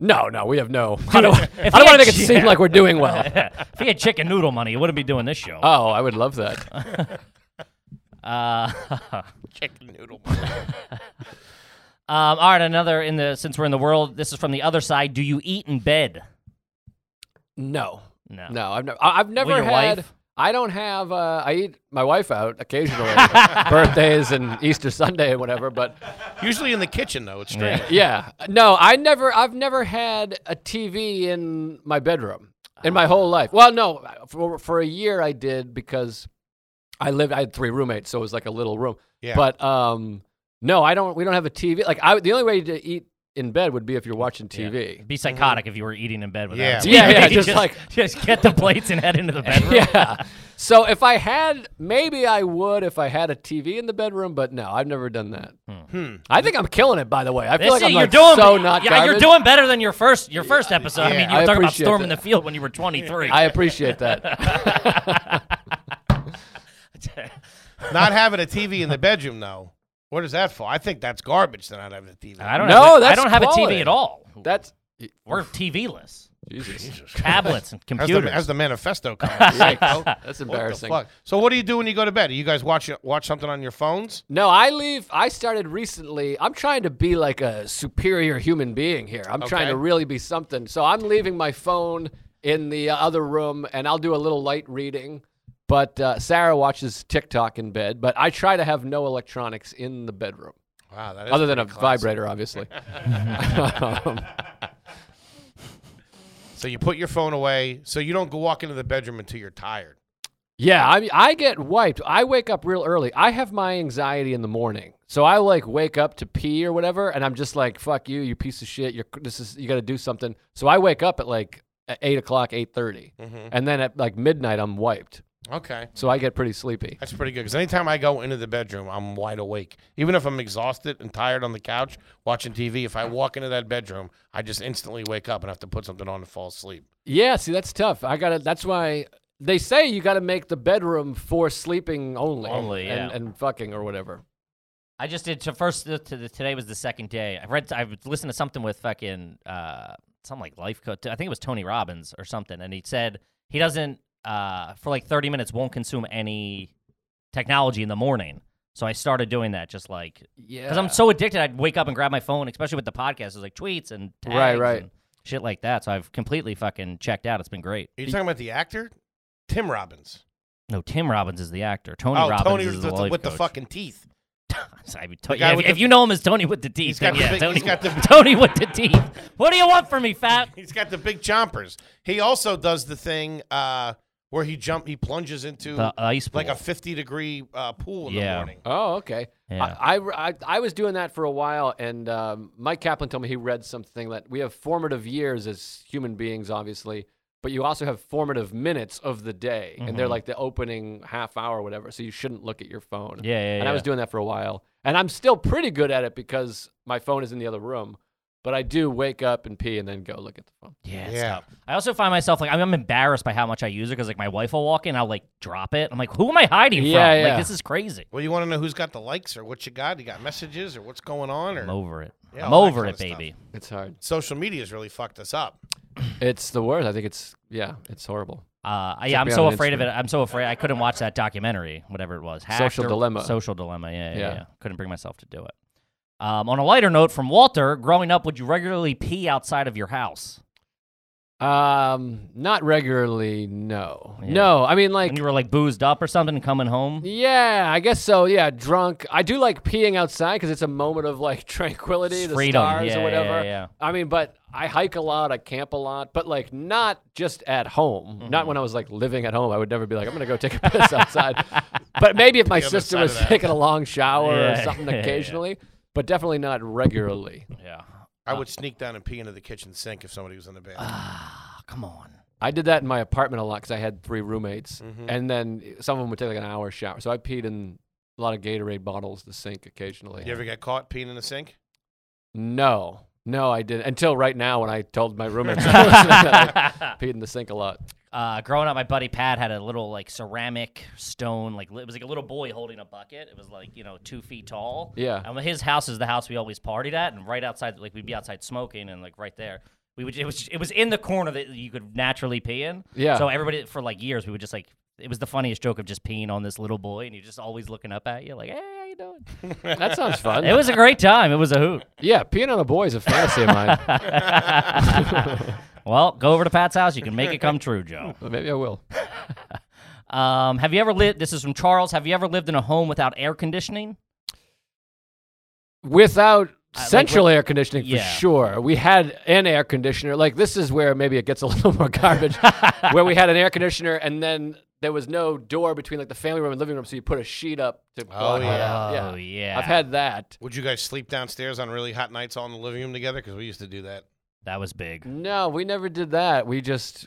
Speaker 5: no, no, we have no. I don't, I
Speaker 3: if
Speaker 5: don't
Speaker 3: he
Speaker 5: want to make
Speaker 3: had-
Speaker 5: it seem
Speaker 3: yeah.
Speaker 5: like we're doing well.
Speaker 3: if he had chicken noodle money, he wouldn't be doing this show.
Speaker 5: Oh, I would love that.
Speaker 3: Uh,
Speaker 2: Chicken noodle.
Speaker 3: Um, all right, another in the since we're in the world, this is from the other side. Do you eat in bed?
Speaker 5: No,
Speaker 3: No.
Speaker 5: no, I've never. I've never
Speaker 3: your
Speaker 5: had.
Speaker 3: wife?
Speaker 5: I don't have. Uh, I eat my wife out occasionally, birthdays and Easter Sunday and whatever. But
Speaker 2: Usually in the kitchen though, it's strange.
Speaker 5: yeah, no, I never. I've never had a TV in my bedroom in my whole life. Well, no, for for a year I did because I lived. I had three roommates, so it was like a little room.
Speaker 2: Yeah.
Speaker 5: But um, no, I don't. We don't have a TV. Like I, the only way to eat in bed would be if you're watching TV.
Speaker 3: It'd be psychotic if you were eating in bed with
Speaker 2: Yeah.
Speaker 3: that.
Speaker 5: Yeah, yeah, just like-
Speaker 3: just get the plates and head into the bedroom.
Speaker 5: yeah. So if I had, maybe I would if I had a TV in the bedroom, but no, I've never done that.
Speaker 2: Hmm.
Speaker 5: I think I'm killing it, by the way. I feel
Speaker 3: This
Speaker 5: like
Speaker 3: is-
Speaker 5: I'm
Speaker 3: you're
Speaker 5: like
Speaker 3: doing
Speaker 5: so not
Speaker 3: yeah, you're
Speaker 5: garbage.
Speaker 3: doing better than your first your first episode. I mean, you
Speaker 5: I
Speaker 3: were talking about
Speaker 5: appreciate
Speaker 3: storming
Speaker 5: that.
Speaker 3: the field when you were 23.
Speaker 5: I appreciate that.
Speaker 2: Not having a TV in the bedroom though. What is that for? I think that's garbage to not have a TV.
Speaker 3: I don't
Speaker 5: No,
Speaker 3: have, I
Speaker 5: that's
Speaker 3: don't have a
Speaker 5: quality.
Speaker 3: TV at all.
Speaker 5: That's
Speaker 3: We're TV-less.
Speaker 5: Jesus.
Speaker 3: tablets
Speaker 2: As
Speaker 3: and
Speaker 2: the,
Speaker 3: computers.
Speaker 2: as the manifesto comes. Like, oh,
Speaker 5: That's
Speaker 2: what the
Speaker 5: embarrassing.
Speaker 2: fuck? So what do you do when you go to bed? You guys watch watch something on your phones?
Speaker 5: No, I leave. I started recently. I'm trying to be like a superior human being here. I'm trying to
Speaker 2: Okay.
Speaker 5: really be something. So I'm leaving my phone in the uh, other room and I'll do a little light reading. But uh, Sarah watches TikTok in bed, but I try to have no electronics in the bedroom
Speaker 2: Wow, that is
Speaker 5: other than a
Speaker 2: pretty classy.
Speaker 5: vibrator, obviously. Um,
Speaker 2: So you put your phone away, so you don't go walk into the bedroom until you're tired.
Speaker 5: Yeah, I mean, I get wiped. I wake up real early. I have my anxiety in the morning, so I like wake up to pee or whatever, and I'm just like, "Fuck you, you piece of shit. You're this is you got to do something." So I wake up at like at eight o'clock, eight
Speaker 2: Mm-hmm.
Speaker 3: Mm-hmm.
Speaker 5: and then at like midnight, I'm wiped.
Speaker 2: Okay,
Speaker 5: So I get pretty sleepy.
Speaker 2: that's pretty good. Because anytime I go into the bedroom, I'm wide awake. Even if I'm exhausted and tired on the couch watching TV, if I walk into that bedroom, I just instantly wake up and have to put something on to fall asleep.
Speaker 5: Yeah, see, that's tough. I gotta. That's why they say you gotta make the bedroom for sleeping only,
Speaker 3: Only,
Speaker 5: and,
Speaker 3: yeah.
Speaker 5: and fucking or whatever.
Speaker 3: I just did to first. To the, today was the second day. I read. I was listening to something with fucking uh, something like life coach. I think it was Tony Robbins or something, and he said he doesn't uh, for like thirty minutes won't consume any technology in the morning. So I started doing that, just like
Speaker 5: Yeah,
Speaker 3: because I'm so addicted. I'd wake up and grab my phone, especially with the podcast. It's like tweets and tags
Speaker 5: Right, right.
Speaker 3: and shit like that. So I've completely fucking checked out. It's been great.
Speaker 2: Are you talking about the actor, Tim Robbins?
Speaker 3: No, Tim Robbins is the actor. Tony
Speaker 2: oh,
Speaker 3: Robbins
Speaker 2: Tony
Speaker 3: is
Speaker 2: with,
Speaker 3: the,
Speaker 2: the,
Speaker 3: life
Speaker 2: with the
Speaker 3: coach.
Speaker 2: fucking teeth.
Speaker 3: I mean, Tony-
Speaker 2: guy
Speaker 3: if,
Speaker 2: with
Speaker 3: if
Speaker 2: the-
Speaker 3: you know him as Tony with the teeth,
Speaker 2: He's
Speaker 3: then
Speaker 2: got the
Speaker 3: yeah,
Speaker 2: big-
Speaker 3: Tony,
Speaker 2: he's got the-
Speaker 3: Tony with the teeth. What do you want from me, fat?
Speaker 2: He's got the big chompers. He also does the thing uh, where he jump, he plunges into
Speaker 3: The ice
Speaker 2: like a
Speaker 3: bowl.
Speaker 2: 50 degree uh, pool in
Speaker 3: Yeah.
Speaker 2: the morning.
Speaker 5: Oh, okay.
Speaker 3: Yeah.
Speaker 5: I, I, I, I was doing that for a while, and um, Mike Kaplan told me he read something that we have formative years as human beings, obviously, but you also have formative minutes of the day, and
Speaker 3: Mm-hmm.
Speaker 5: they're like the opening half hour or whatever, so you shouldn't look at your phone.
Speaker 3: Yeah, yeah,
Speaker 5: And I was
Speaker 3: yeah.
Speaker 5: doing that for a while, and I'm still pretty good at it because my phone is in the other room, but I do wake up and pee and then go look at the phone.
Speaker 3: Yeah, it's
Speaker 2: Yeah.
Speaker 3: tough. I also find myself like I'm, I'm embarrassed by how much I use it because like my wife will walk in, I'll like drop it. I'm like, who am I hiding
Speaker 5: Yeah,
Speaker 3: from?
Speaker 5: yeah.
Speaker 3: Like this is crazy.
Speaker 2: Well, you want to know who's got the likes or what you got? You got messages or what's going on or
Speaker 3: I'm over it.
Speaker 2: Yeah,
Speaker 3: I'm
Speaker 2: all that
Speaker 3: over
Speaker 2: kinda
Speaker 3: it,
Speaker 2: stuff.
Speaker 3: baby.
Speaker 5: It's hard.
Speaker 2: social media's really fucked us up.
Speaker 5: It's the worst. I think it's, yeah, it's horrible.
Speaker 3: Uh, yeah, I'm
Speaker 5: me
Speaker 3: so
Speaker 5: on an
Speaker 3: afraid of it. I'm so afraid I couldn't watch that documentary, whatever it was. Hacked
Speaker 5: Social
Speaker 3: or-
Speaker 5: Dilemma.
Speaker 3: Social dilemma. Yeah, yeah,
Speaker 5: Yeah.
Speaker 3: yeah. Couldn't bring myself to do it. Um, on a lighter note, from Walter, growing up, would you regularly pee outside of your house?
Speaker 5: Um, not regularly, no.
Speaker 3: Yeah.
Speaker 5: No, I mean, like,
Speaker 3: when you were like boozed up or something and coming home?
Speaker 5: Yeah, I guess so. Yeah, drunk. I do like peeing outside because it's a moment of like tranquility, the
Speaker 3: Freedom.
Speaker 5: stars
Speaker 3: Yeah,
Speaker 5: or whatever.
Speaker 3: yeah, yeah.
Speaker 5: I mean, but I hike a lot, I camp a lot, but like not just at home.
Speaker 3: Mm-hmm.
Speaker 5: Not when I was like living at home. I would never be like, I'm gonna go take a piss outside. But maybe if my
Speaker 2: other
Speaker 5: sister
Speaker 2: side
Speaker 5: was
Speaker 2: of that.
Speaker 5: taking a long shower
Speaker 3: Yeah,
Speaker 5: or something
Speaker 3: yeah, yeah.
Speaker 5: occasionally, but definitely not regularly.
Speaker 3: Yeah.
Speaker 2: I would sneak down and pee into the kitchen sink if somebody was in the bathroom.
Speaker 3: Oh, come on.
Speaker 5: I did that in my apartment a lot because I had three roommates,
Speaker 2: Mm-hmm.
Speaker 5: and then someone would take like an hour shower. So I peed in a lot of Gatorade bottles, the sink occasionally.
Speaker 2: you ever get caught peeing in the sink?
Speaker 5: No, no, I didn't. Until right now, when I told my roommates I peed in the sink a lot.
Speaker 3: Uh, growing up, my buddy Pat had a little like ceramic stone, like it was like a little boy holding a bucket. It was like you know two feet tall.
Speaker 5: Yeah.
Speaker 3: And his house is the house we always partied at, and right outside, like we'd be outside smoking, and like right there, we would it was it was in the corner that you could naturally pee in.
Speaker 5: Yeah.
Speaker 3: So everybody for like years, we would just like it was the funniest joke of just peeing on this little boy, and you're just always looking up at you like, hey, how you doing?
Speaker 5: That sounds fun.
Speaker 3: it was a great time. It was a hoot.
Speaker 5: yeah, peeing on a boy is a fantasy of mine.
Speaker 3: Well, go over to Pat's house. You can make it come true, Joe.
Speaker 5: But maybe I will.
Speaker 3: Um, have you ever lived? This is from Charles. Have you ever lived in a home without air conditioning?
Speaker 5: Without
Speaker 3: like
Speaker 5: central air conditioning, for
Speaker 3: Yeah.
Speaker 5: sure. We had an air conditioner. Like, this is where maybe it gets a little more garbage, where we had an air conditioner and then. There was no door between like the family room and living room, so you put a sheet up to block it out.
Speaker 3: Oh, yeah.
Speaker 5: I've had that.
Speaker 2: Would you guys sleep downstairs on really hot nights all in the living room together? Because we used to do that.
Speaker 3: That was big.
Speaker 5: No, we never did that. We just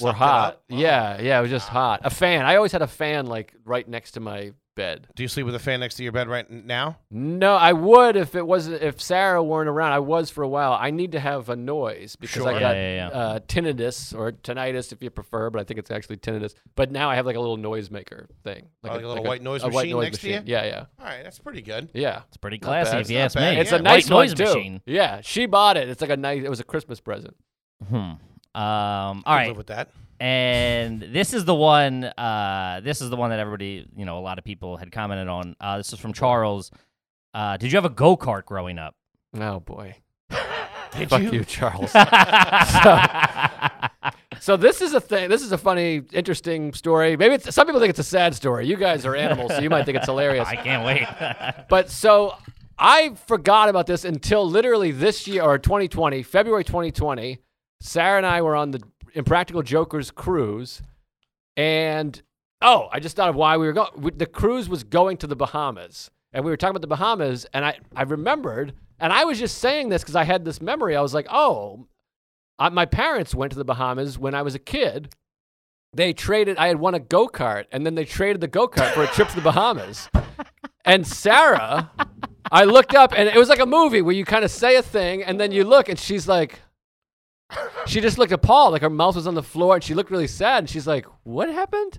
Speaker 5: We're
Speaker 2: Sucked it
Speaker 5: hot.
Speaker 2: up. Uh-huh.
Speaker 5: Yeah, yeah, it was just hot. A fan. I always had a fan like right next to my bed.
Speaker 2: Do you sleep with a fan next to your bed right n- now?
Speaker 5: No, I would if it wasn't if Sarah weren't around. I was for a while. I need to have a noise because I
Speaker 2: Sure.
Speaker 5: got
Speaker 3: Yeah, yeah, yeah.
Speaker 5: Uh, tinnitus or tinnitus if you prefer, but I think it's actually tinnitus. But now I have like a little noisemaker thing,
Speaker 2: Oh, like a little white noise
Speaker 5: a white
Speaker 2: machine
Speaker 5: noise
Speaker 2: next to you?
Speaker 5: machine. Yeah, yeah,
Speaker 2: All right, that's pretty good.
Speaker 5: yeah.
Speaker 3: It's pretty classy,
Speaker 5: bad.
Speaker 3: if you
Speaker 2: Not
Speaker 3: ask
Speaker 2: bad.
Speaker 3: me.
Speaker 5: It's
Speaker 2: Yeah.
Speaker 5: a nice
Speaker 3: White noise
Speaker 5: one, too.
Speaker 3: machine.
Speaker 5: Yeah, she bought it. It's like a nice. It was a Christmas present.
Speaker 3: Hmm. Um, all right,
Speaker 2: Live with that.
Speaker 3: and this is the one. Uh, this is the one that everybody, you know, a lot of people had commented on. Uh, this is from Charles. Uh, did you have a go kart growing up?
Speaker 5: Oh boy.
Speaker 2: Did
Speaker 5: Fuck you, Charles. so, so this is a thing. This is a funny, interesting story. Maybe it's, some people think it's a sad story. You guys are animals, so you might think it's hilarious.
Speaker 3: I can't wait.
Speaker 5: But so I forgot about this until literally this year or 2020, February 2020. Sarah and I were on the Impractical Jokers cruise, and oh, I just thought of why we were going. The cruise was going to the Bahamas, and we were talking about the Bahamas, and I I remembered, and I was just saying this because I had this memory. I was like, oh, I, my parents went to the Bahamas when I was a kid. They traded. I had won a go kart, and then they traded the go kart for a trip to the Bahamas and Sarah, I looked up and it was like a movie where you kind of say a thing and then you look and she's like, she just looked appalled, like her mouth was on the floor and she looked really sad and she's like, what happened?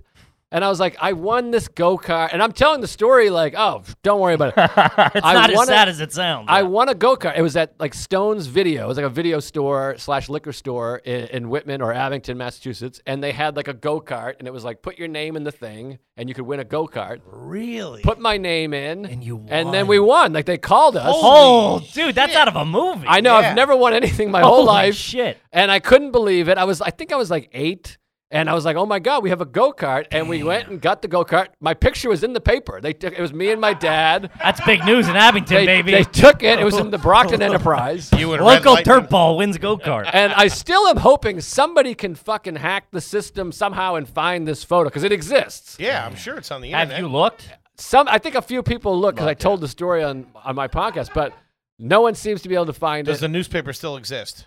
Speaker 5: And I was like, I won this go kart, and I'm telling the story like, oh, don't worry about it.
Speaker 3: It's
Speaker 5: I
Speaker 3: not as
Speaker 5: wanna-
Speaker 3: sad as it sounds.
Speaker 5: I won a go kart. It was at like Stone's Video. It was like a video store slash liquor store in, in Whitman or Abington, Massachusetts, and they had like a go kart, and it was like put your name in the thing, and you could win a go kart.
Speaker 2: Really?
Speaker 5: Put my name in, and
Speaker 3: you
Speaker 5: then we won. Like they called us.
Speaker 3: oh, dude, that's out of a movie.
Speaker 5: I know.
Speaker 2: Yeah.
Speaker 5: I've never won anything my whole
Speaker 3: Holy
Speaker 5: life.
Speaker 3: shit.
Speaker 5: And I couldn't believe it. I was, I think I was like eight. And I was like, oh my God, we have a go kart. And we went and got the go kart. My picture was in the paper. They took, it was me and my dad.
Speaker 3: That's big news in Abington,
Speaker 5: They,
Speaker 3: baby.
Speaker 5: they took it. It was in the Brockton Enterprise.
Speaker 2: You would
Speaker 3: Local dirtball wins go kart.
Speaker 5: And I still am hoping somebody can fucking hack the system somehow and find this photo because it exists.
Speaker 2: Yeah, I'm sure it's on the
Speaker 3: Have
Speaker 2: internet.
Speaker 3: you looked?
Speaker 5: Some, I think a few people look because I told the story on, on my podcast, but no one seems to be able to find
Speaker 2: Does
Speaker 5: it.
Speaker 2: the newspaper still exist?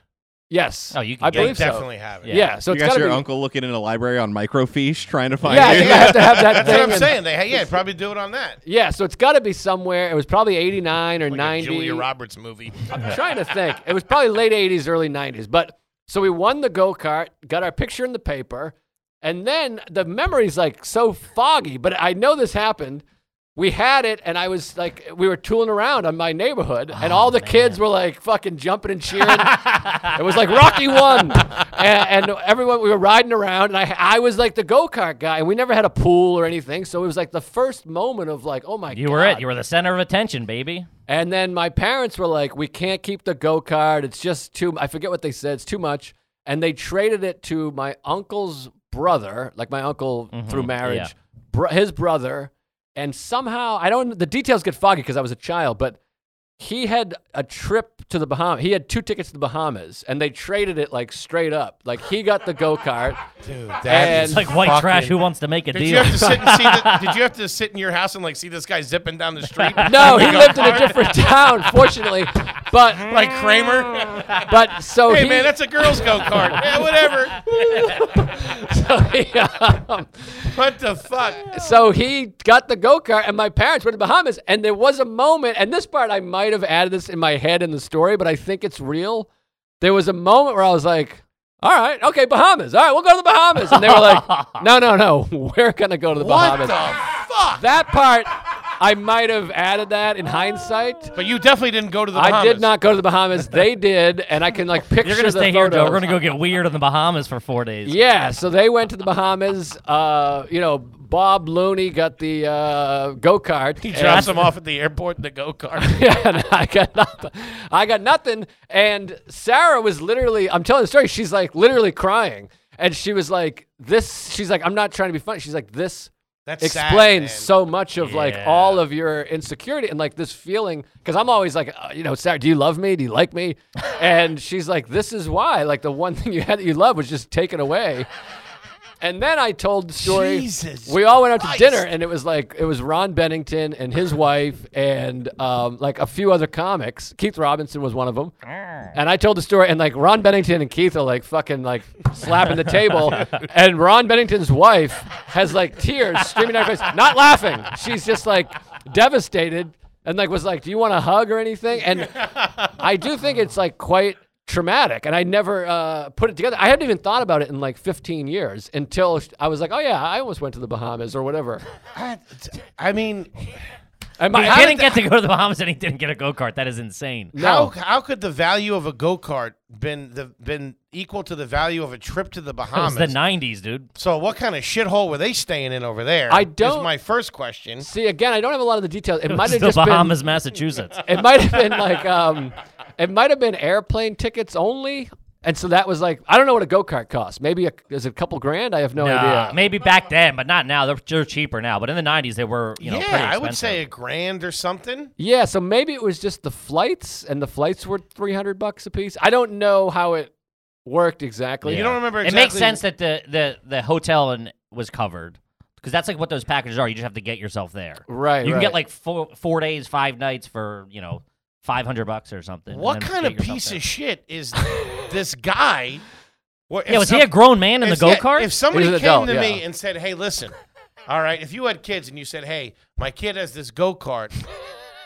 Speaker 5: yes.
Speaker 3: Oh, you can
Speaker 5: I
Speaker 3: get it.
Speaker 2: They
Speaker 5: believe so.
Speaker 2: definitely have it.
Speaker 5: Yeah. so
Speaker 4: You
Speaker 5: it's
Speaker 4: got
Speaker 5: gotta
Speaker 4: your
Speaker 5: be,
Speaker 4: uncle looking in a library on microfiche trying to find
Speaker 5: Yeah, I
Speaker 4: you.
Speaker 5: think I have to have that
Speaker 2: That's
Speaker 5: thing.
Speaker 2: what I'm
Speaker 5: and-
Speaker 2: saying. They yeah, probably do it on that.
Speaker 5: Yeah, so it's got to be somewhere. It was probably 89 or
Speaker 2: Like a
Speaker 5: 90.
Speaker 2: Julia Roberts movie.
Speaker 5: I'm trying to think. It was probably late 80s, early 90s. But so we won the go kart, got our picture in the paper, and then the memory's like so foggy. But I know this happened. We had it, and I was like, we were tooling around on my neighborhood, and
Speaker 3: Oh,
Speaker 5: all the kids were like fucking jumping and cheering. it was like Rocky One, and, and everyone we were riding around, and I I was like the go kart guy, and we never had a pool or anything, so it was like the first moment of like, oh my god,
Speaker 3: You were it. You were the center of attention, baby.
Speaker 5: and then my parents were like, "We can't keep the go kart. It's just too. I forget what they said. It's too much." And they traded it to my uncle's brother, like my uncle
Speaker 2: Mm-hmm.
Speaker 5: through marriage, bro- his brother, and somehow I don't. The details get foggy because I was a child, but he had a trip to the Bahamas. He had two tickets to the Bahamas, and they traded it like straight up. Like he got the go kart.
Speaker 2: Dude,
Speaker 5: And-
Speaker 2: that
Speaker 3: It's
Speaker 2: is
Speaker 3: like white
Speaker 2: fucking-
Speaker 3: trash who wants to make a
Speaker 2: Did you
Speaker 3: deal.
Speaker 2: have to sit and see? The, did you have to sit in your house and like see this guy zipping down the street?
Speaker 5: No, he lived in a different town, fortunately, but
Speaker 2: like Kramer.
Speaker 5: but so
Speaker 2: hey
Speaker 5: he,
Speaker 2: man, that's a girl's go kart. yeah, whatever.
Speaker 5: so he, um,
Speaker 2: What the fuck?
Speaker 5: So he got the go kart, and my parents went to the Bahamas, and there was a moment, and this part I might have added this in my head in the story, but I think it's real. There was a moment where I was like, "All right, okay, Bahamas. All right, we'll go to the Bahamas," and they were like, "No, no, no, we're gonna go to the
Speaker 2: What the
Speaker 5: Bahamas."
Speaker 2: fuck?
Speaker 5: That part I might have added that in hindsight.
Speaker 2: But you definitely didn't go to the.
Speaker 5: I
Speaker 2: Bahamas.
Speaker 5: did not go to the Bahamas. They did, and I can like picture
Speaker 3: You're gonna
Speaker 5: the
Speaker 3: stay here, Joe.
Speaker 5: photos.
Speaker 3: We're gonna go get weird in the Bahamas for four days.
Speaker 5: Yeah, so they went to the Bahamas. Uh, you know, Bob Looney got the uh, go kart.
Speaker 2: He drops him off at the airport in the go kart.
Speaker 5: Yeah, and I got nothing. I got nothing. And Sarah was literally, I'm telling the story, she's like literally crying. And she was like, this, she's like, I'm not trying to be funny. She's like, this
Speaker 2: That's sad,
Speaker 5: explains
Speaker 2: man.
Speaker 5: so much of like
Speaker 3: Yeah.
Speaker 5: all of your insecurity and like this feeling. Cause I'm always like, uh, you know, Sarah, do you love me? Do you like me? and she's like, this is why. Like the one thing you had that you love was just taken away. And then I told the story.
Speaker 2: Jesus
Speaker 5: we all went out to dinner,
Speaker 2: Christ.
Speaker 5: and it was like it was Ron Bennington and his wife, and um, like a few other comics. Keith Robinson was one of them. And I told the story, and like Ron Bennington and Keith are like fucking like slapping the table, and Ron Bennington's wife has like tears streaming down her face, not laughing. She's just like devastated, and like was like, "Do you want a hug or anything?" And I do think it's like quite traumatic, and I never uh, put it together. I hadn't even thought about it in like 15 years until sh- I was like, "Oh yeah, I almost went to the Bahamas or whatever."
Speaker 2: I mean,
Speaker 5: And
Speaker 3: But
Speaker 5: my-
Speaker 3: he
Speaker 5: how
Speaker 3: didn't get
Speaker 5: did
Speaker 3: to go to the Bahamas and he didn't get a go kart. That is insane.
Speaker 2: How
Speaker 5: No.
Speaker 2: how could the value of a go kart been the been equal to the value of a trip to the
Speaker 3: It was
Speaker 2: Bahamas?
Speaker 3: the '90s, dude.
Speaker 2: so what kind of shithole were they staying in over there?
Speaker 5: I
Speaker 2: Is
Speaker 5: don't-
Speaker 2: my first question.
Speaker 5: See again, I don't have a lot of the details. It,
Speaker 3: It
Speaker 5: might
Speaker 3: was
Speaker 5: have
Speaker 3: the
Speaker 5: just
Speaker 3: Bahamas, Massachusetts.
Speaker 5: been. It might have been like um, it might have been airplane tickets only, and so that was like I don't know what a go kart costs. Maybe a, is it a couple grand? I have no
Speaker 3: Nah,
Speaker 5: idea.
Speaker 3: maybe back then, but not now. They're, they're cheaper now. But in the '90s, they were, you know, pretty
Speaker 2: yeah, I
Speaker 3: expensive.
Speaker 2: would say a grand or something.
Speaker 5: Yeah, so maybe it was just the flights, and the flights were three hundred bucks a piece. I don't know how it worked exactly.
Speaker 2: You don't remember
Speaker 3: It makes
Speaker 2: exactly-
Speaker 3: sense that the the the hotel and was covered because that's like what those packages are. You just have to get yourself there.
Speaker 5: Right,
Speaker 3: You can get
Speaker 5: right.
Speaker 3: like four four days, five nights for you know five hundred bucks or something. and
Speaker 2: What
Speaker 3: then
Speaker 2: kind
Speaker 3: get
Speaker 2: of
Speaker 3: yourself
Speaker 2: piece
Speaker 3: there.
Speaker 2: of shit is this guy? What-
Speaker 3: Yeah,
Speaker 2: if
Speaker 3: was
Speaker 2: some-
Speaker 3: he a grown man in the
Speaker 2: if-
Speaker 3: go
Speaker 2: yeah,
Speaker 3: kart?
Speaker 2: If somebody
Speaker 5: He
Speaker 2: came
Speaker 5: was an adult,
Speaker 2: to me
Speaker 5: yeah.
Speaker 2: and said, "Hey, listen, all right, if you had kids and you said, "Hey, my kid has this go kart,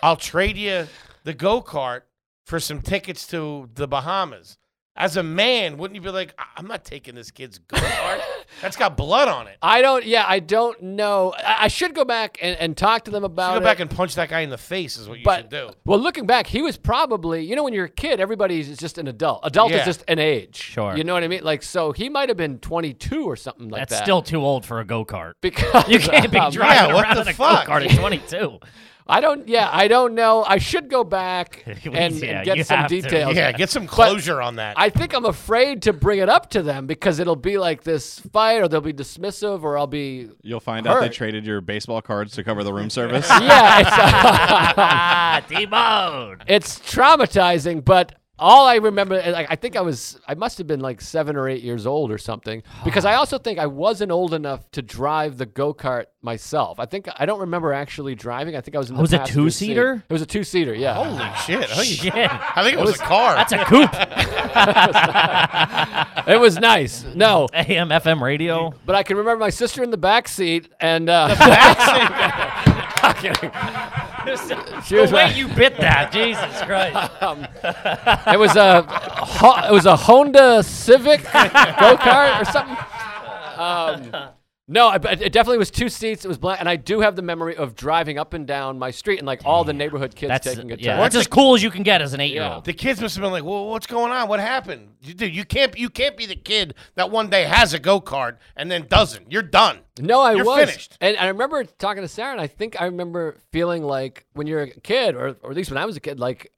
Speaker 2: I'll trade you the go kart for some tickets to the Bahamas." As a man, wouldn't you be like, "I- "I'm not taking this kid's go kart. That's got blood on it."
Speaker 5: I don't. Yeah, I don't know. I, I should go back and, and talk to them about
Speaker 2: Go
Speaker 5: it.
Speaker 2: back and punch that guy in the face is what you
Speaker 5: but
Speaker 2: should do.
Speaker 5: well, looking back, he was probably you know when you're a kid, everybody's just an adult. Adult
Speaker 2: Yeah.
Speaker 5: is just an age.
Speaker 3: Sure.
Speaker 5: You know what I mean? Like so, he might have been 22 or something like
Speaker 3: that's
Speaker 5: that.
Speaker 3: still too old for a go kart.
Speaker 5: because
Speaker 3: You can't be
Speaker 5: um,
Speaker 3: driving
Speaker 2: yeah, Oh, what
Speaker 3: around
Speaker 2: the
Speaker 3: in a go
Speaker 2: fuck?
Speaker 3: kart at twenty two.
Speaker 5: I don't. Yeah, I don't know. I should go back and, and
Speaker 3: Yeah, you
Speaker 5: get some
Speaker 3: have to.
Speaker 5: details.
Speaker 2: Yeah, get some closure on that.
Speaker 5: I think I'm afraid to bring it up to them because it'll be like this fight, or they'll be dismissive, or I'll be.
Speaker 4: You'll find out they
Speaker 5: Hurt.
Speaker 4: traded your baseball cards to cover the room service.
Speaker 5: Yeah, it's,
Speaker 3: ah, T-bone.
Speaker 5: it's traumatizing, but all I remember, and, like, I think I was, I must have been like seven or eight years old or something, because I also think I wasn't old enough to drive the go kart myself. I think I don't remember actually driving. I think I was in the
Speaker 3: Oh, Was it
Speaker 5: passenger
Speaker 3: two-seater?
Speaker 5: seat. It was a two seater. Yeah.
Speaker 2: Holy shit! I think,
Speaker 3: Shit,
Speaker 2: I think it was, a car.
Speaker 3: that's a coupe. Oh.
Speaker 5: it was nice. No,
Speaker 3: AM FM radio.
Speaker 5: but I can remember my sister in the back seat, and uh, she
Speaker 3: The
Speaker 5: was.
Speaker 3: way you bit that, Jesus Christ.
Speaker 5: It was a ho- it was a Honda Civic go kart or something. Um, no, I- but it definitely was two seats. It was black, and I do have the memory of driving up and down my street and like all the neighborhood kids
Speaker 3: That's
Speaker 5: taking a
Speaker 3: yeah.
Speaker 5: turn.
Speaker 3: That's as cool as you can get as an eight-year-old.
Speaker 2: The kids must have been like, "Well, what's going on? What happened, You- dude? You can't, you can't be the kid that one day has a go kart and then doesn't. You're done.
Speaker 5: No, I
Speaker 2: You're
Speaker 5: was.
Speaker 2: finished.
Speaker 5: And I remember talking to Sarah, and I think I remember feeling like when you're a kid, or, or at least when I was a kid, like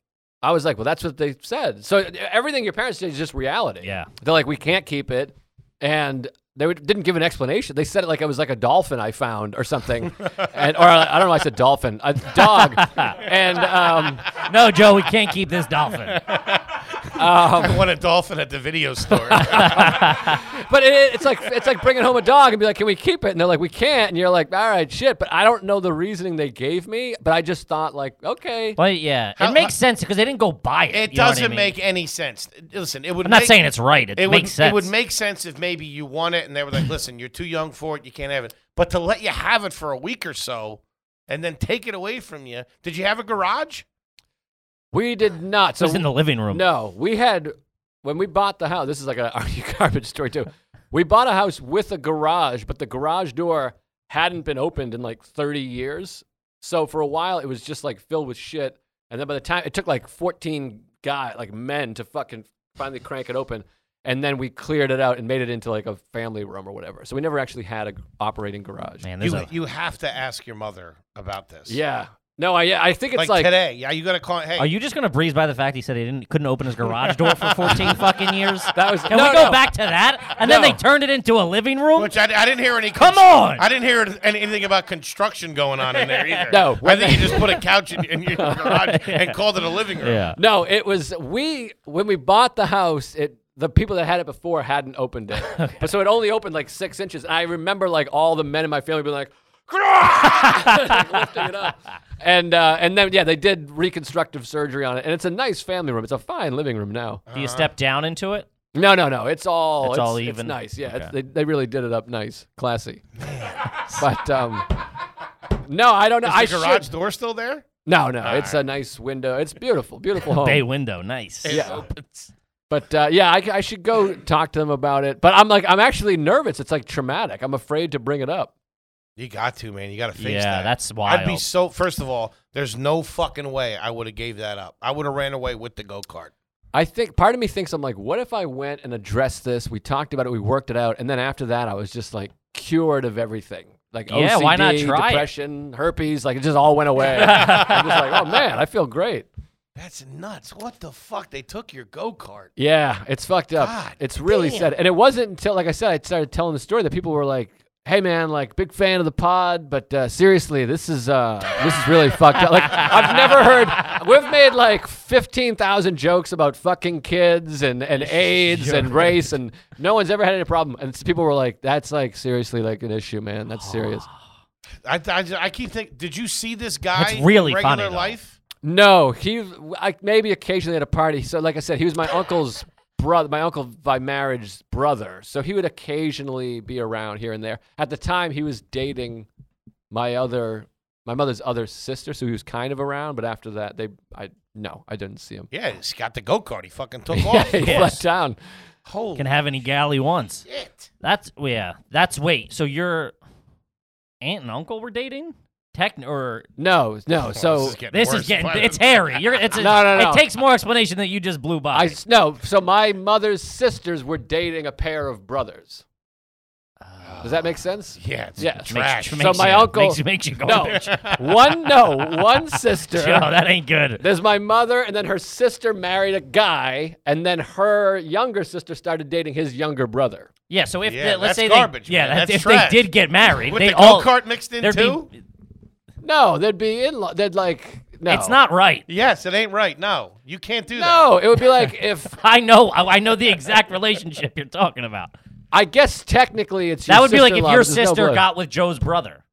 Speaker 5: I was like, well, that's what they said. So e, everything your parents did is just reality.
Speaker 3: Yeah.
Speaker 5: They're like, we can't keep it. And they would, didn't give an explanation. They said it like I was like a dolphin I found or something. and Or I don't know, I said dolphin, a dog. and um,
Speaker 3: No, Joe, we can't keep this dolphin.
Speaker 5: um,
Speaker 2: I want a dolphin at the video store.
Speaker 5: But it, it's like it's like bringing home a dog and be like, "Can we keep it?" And they're like, "We can't." And you're like, "All right, shit." But I don't know the reasoning they gave me. But I just thought like, okay,
Speaker 3: But yeah, it makes sense because they didn't go buy it.
Speaker 2: uh, it
Speaker 3: you know what I
Speaker 2: doesn't
Speaker 3: mean?
Speaker 2: make any sense. Listen, it would.
Speaker 3: I'm not
Speaker 2: make-
Speaker 3: saying it's right. It,
Speaker 2: It
Speaker 3: makes
Speaker 2: would,
Speaker 3: sense.
Speaker 2: It would make sense if maybe you want it and they were like, "Listen, you're too young for it. You can't have it." But to let you have it for a week or so and then take it away from you. Did you have a garage?
Speaker 5: we did not.
Speaker 3: it
Speaker 5: So
Speaker 3: was in the living room.
Speaker 5: no, we had when we bought the house. This is like a are you garbage story too. We bought a house with a garage, but the garage door hadn't been opened in like 30 years. So for a while, it was just like filled with shit. And then by the time it took like 14 guy like men to fucking finally crank it open. And then we cleared it out and made it into like a family room or whatever. So we never actually had a g- operating garage.
Speaker 3: man, there's
Speaker 2: You,
Speaker 3: a
Speaker 2: you have to ask your mother about this.
Speaker 5: Yeah. No, I yeah, I think it's
Speaker 2: Like,
Speaker 5: like,
Speaker 2: today, yeah, you got to call. Hey,
Speaker 3: Are you just gonna breeze by the fact he said he didn't couldn't open his garage door for 14 fucking years?
Speaker 5: That was-
Speaker 3: Can
Speaker 5: no,
Speaker 3: we go
Speaker 5: no.
Speaker 3: back to that? And then
Speaker 5: No.
Speaker 3: they turned it into a living room.
Speaker 2: Which I, I didn't hear any.
Speaker 3: Come on!
Speaker 2: I didn't hear any- anything about construction going on in there either.
Speaker 5: No.
Speaker 2: I think you just put a couch in, in your garage and called it a living room.
Speaker 3: yeah.
Speaker 5: No, it was we when we bought the house. It the people that had it before hadn't opened it, but so it only opened like six inches. And I remember like all the men in my family being like, like, lifting it up, and uh, and then yeah, they did reconstructive surgery on it, and it's a nice family room. It's a fine living room now.
Speaker 3: Do you step down into it?
Speaker 5: No, no, no, it's all
Speaker 3: It's all even?
Speaker 5: nice, yeah. It's, they they really did it up nice, classy. but um, no, I don't know. I
Speaker 2: Is the garage
Speaker 5: should.
Speaker 2: door still there?
Speaker 5: No, no, it's a nice window. It's beautiful, beautiful
Speaker 2: Oh.
Speaker 5: home.
Speaker 3: Bay window, nice.
Speaker 5: Yeah. But uh, yeah, I, I should go talk to them about it. But I'm like, I'm actually nervous. It's like traumatic. I'm afraid to bring it up.
Speaker 2: You got to, man. You got to fix
Speaker 3: Yeah,
Speaker 2: that.
Speaker 3: that's
Speaker 2: I'd be
Speaker 3: wild.
Speaker 2: so. First of all, there's no fucking way I would have gave that up. I would have ran away with the go kart.
Speaker 5: I think part of me thinks I'm like, what if I went and addressed this? We talked about it, we worked it out, and then after that, I was just like cured of everything. Like
Speaker 3: Yeah,
Speaker 5: OCD,
Speaker 3: why not try it?
Speaker 5: depression, herpes, like it just all went away. I'm just like, oh man, I feel great.
Speaker 2: That's nuts. What the fuck? They took your go kart.
Speaker 5: Yeah, it's fucked up.
Speaker 2: God
Speaker 5: it's really
Speaker 2: damn.
Speaker 5: sad. And it wasn't until, like I said, I started telling the story that people were like, "Hey, man, like big fan of the pod, but uh, seriously, this is uh, this is really fucked up." Like I've never heard. We've made like fifteen thousand jokes about fucking kids and and AIDS and race, and no one's ever had any problem. And s- people were like, "That's like seriously like an issue, man. That's serious."
Speaker 2: I, I, I keep thinking. Did you see this guy?
Speaker 3: That's really
Speaker 2: in regular
Speaker 3: funny, though.
Speaker 2: life.
Speaker 5: No, he I, maybe occasionally at a party. So, like I said, he was my uncle's brother, my uncle by marriage's brother. So he would occasionally be around here and there. At the time, he was dating my other, my mother's other sister, so he was kind of around. But after that, they, I no, I didn't see him.
Speaker 2: Yeah, he's got the go kart. He fucking took
Speaker 5: Yeah,
Speaker 2: off.
Speaker 5: he left town.
Speaker 2: Holy
Speaker 3: Can have any galley once.
Speaker 2: shit!
Speaker 3: That's well, yeah. That's wait. So your aunt and uncle were dating? Techn or
Speaker 5: No, no. So
Speaker 2: getting
Speaker 3: this
Speaker 2: worse.
Speaker 3: is getting
Speaker 2: Why-
Speaker 3: it's hairy. You're it's a,
Speaker 5: No, no, no.
Speaker 3: It takes more explanation that you just blew by.
Speaker 5: I s- no. So my mother's sisters were dating a pair of brothers. Does that make sense?
Speaker 2: Yeah, it's
Speaker 5: Yeah.
Speaker 2: trash.
Speaker 3: Makes,
Speaker 5: So
Speaker 3: makes
Speaker 5: my
Speaker 3: you,
Speaker 5: uncle-
Speaker 3: makes you, makes you go.
Speaker 5: No,
Speaker 3: bitch.
Speaker 5: one no, one sister.
Speaker 3: Yo, that ain't good.
Speaker 5: There's my mother, and then her sister married a guy, and then her younger sister started dating his younger brother.
Speaker 3: Yeah. So if
Speaker 2: Yeah,
Speaker 3: the- let's
Speaker 2: that's
Speaker 3: say
Speaker 2: garbage,
Speaker 3: they, yeah,
Speaker 2: man.
Speaker 3: that-
Speaker 2: That's
Speaker 3: if
Speaker 2: trash.
Speaker 3: they did get married,
Speaker 2: With
Speaker 3: they
Speaker 2: the
Speaker 3: all
Speaker 2: go kart mixed in
Speaker 3: there'd be-
Speaker 2: too.
Speaker 5: No, they'd be in. Lo- they'd like no.
Speaker 3: It's not right.
Speaker 2: Yes, it ain't right. No, you can't do that.
Speaker 5: No, it would be like if
Speaker 3: I know. I I know the exact relationship you're talking about.
Speaker 5: I guess technically it's
Speaker 3: That
Speaker 5: your
Speaker 3: would be like if
Speaker 5: sister-in-law,
Speaker 3: your
Speaker 5: but there's no
Speaker 3: sister
Speaker 5: blood.
Speaker 3: got with Joe's brother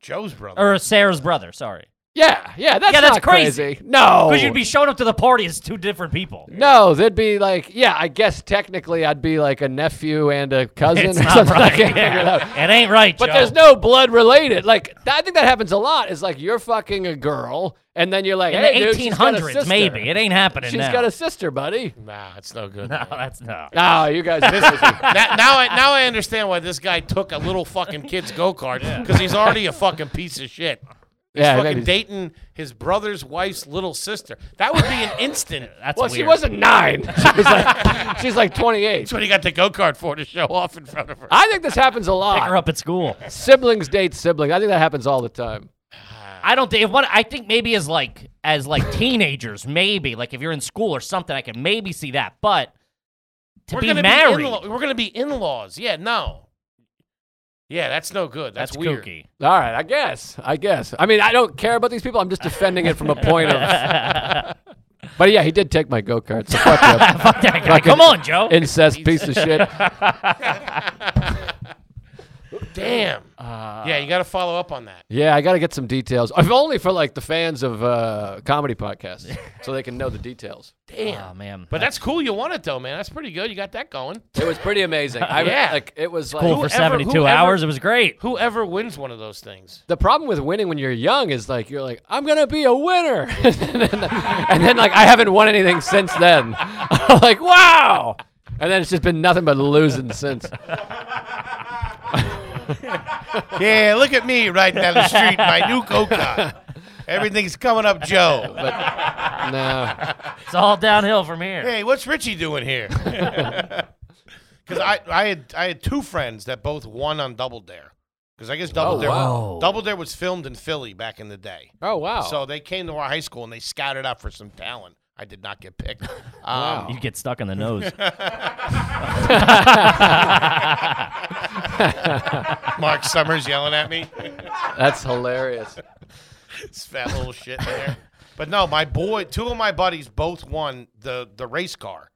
Speaker 2: Joe's brother.
Speaker 3: or Sarah's brother. Sorry,
Speaker 5: yeah yeah that's
Speaker 3: Yeah, that's
Speaker 5: not crazy. No,
Speaker 3: because you'd be showing up to the party as two different people.
Speaker 5: Oh. no they'd be like yeah I guess technically I'd be like a nephew and a cousin
Speaker 3: It's
Speaker 5: or
Speaker 3: not
Speaker 5: something. I
Speaker 3: right.
Speaker 5: can't figure it
Speaker 3: Yeah.
Speaker 5: out.
Speaker 3: It ain't right,
Speaker 5: But
Speaker 3: Joe.
Speaker 5: there's no blood related. Like th- I think that happens a lot. Is like you're fucking a girl, and then you're like,
Speaker 3: in
Speaker 5: hey,
Speaker 3: the
Speaker 5: dude, she's got a
Speaker 3: 1800s,
Speaker 5: sister.
Speaker 3: maybe it ain't happening
Speaker 5: She's
Speaker 3: now.
Speaker 5: got a sister, buddy.
Speaker 2: Nah, it's no good.
Speaker 3: no,
Speaker 2: man.
Speaker 3: that's no.
Speaker 5: Oh, you guys.
Speaker 2: This is, that, now, I, now I understand why this guy took a little fucking kid's go kart because he's already a fucking piece of shit. He's
Speaker 5: Yeah,
Speaker 2: fucking
Speaker 5: maybe.
Speaker 2: dating his brother's wife's little sister. That would be an instant.
Speaker 3: That's
Speaker 5: well,
Speaker 3: weird.
Speaker 5: she wasn't nine. She was like, she's like 28.
Speaker 2: That's what he got the go kart for to show off in front of
Speaker 3: Uh,
Speaker 2: her.
Speaker 5: I think this happens a
Speaker 3: Pick her
Speaker 5: lot.
Speaker 3: up at school.
Speaker 5: Siblings date siblings. I think that happens all the time.
Speaker 3: I don't think what I think maybe as like as like teenagers, maybe like if you're in school or something, I can maybe see that. But to be
Speaker 2: gonna
Speaker 3: married,
Speaker 2: in-law- we're gonna be in laws. Yeah, no. Yeah, that's no good. That's,
Speaker 3: that's
Speaker 2: weird.
Speaker 3: kooky.
Speaker 5: All right, I guess. I guess. I mean, I don't care about these people. I'm just defending it from a point of. But yeah, he did take my go kart. So fuck you.
Speaker 3: Fuck that guy. Come on, Joe.
Speaker 5: Incest piece of shit.
Speaker 2: Damn.
Speaker 3: Uh,
Speaker 2: yeah, you got to follow up on that.
Speaker 5: Yeah, I got to get some details. If only for like the fans of uh, comedy podcasts, so they can know the details.
Speaker 2: Damn.
Speaker 3: Oh man,
Speaker 2: but that's cool. You won it though, man. That's pretty good. You got that going.
Speaker 5: It was pretty amazing. I,
Speaker 2: Yeah.
Speaker 5: like it was like
Speaker 3: cool for
Speaker 2: whoever-
Speaker 3: seventy-two
Speaker 2: whoever-
Speaker 3: hours. It was great.
Speaker 2: Whoever wins one of those things.
Speaker 5: the problem with winning when you're young is like you're like I'm gonna be a winner, and, then, and then, like I haven't won anything since then. I'm like wow, and then it's just been nothing but losing since.
Speaker 2: Yeah, look at me riding down the street, my new coca. Everything's coming up, Joe.
Speaker 5: No,
Speaker 3: It's all downhill from here.
Speaker 2: hey, what's Richie doing here? Because I, I had I had two friends that both won on Double Dare. Because I guess Double
Speaker 5: Oh,
Speaker 2: Dare
Speaker 3: wow.
Speaker 2: Double Dare was filmed in Philly back in the day.
Speaker 5: oh wow.
Speaker 2: So they came to our high school and they scouted out for some talent. I did not get picked. Um,
Speaker 5: Wow.
Speaker 3: You get stuck in the nose.
Speaker 2: Mark Summers yelling at me.
Speaker 5: that's hilarious.
Speaker 2: this fat little shit in there. But no, my boy, two of my buddies both won the the race car.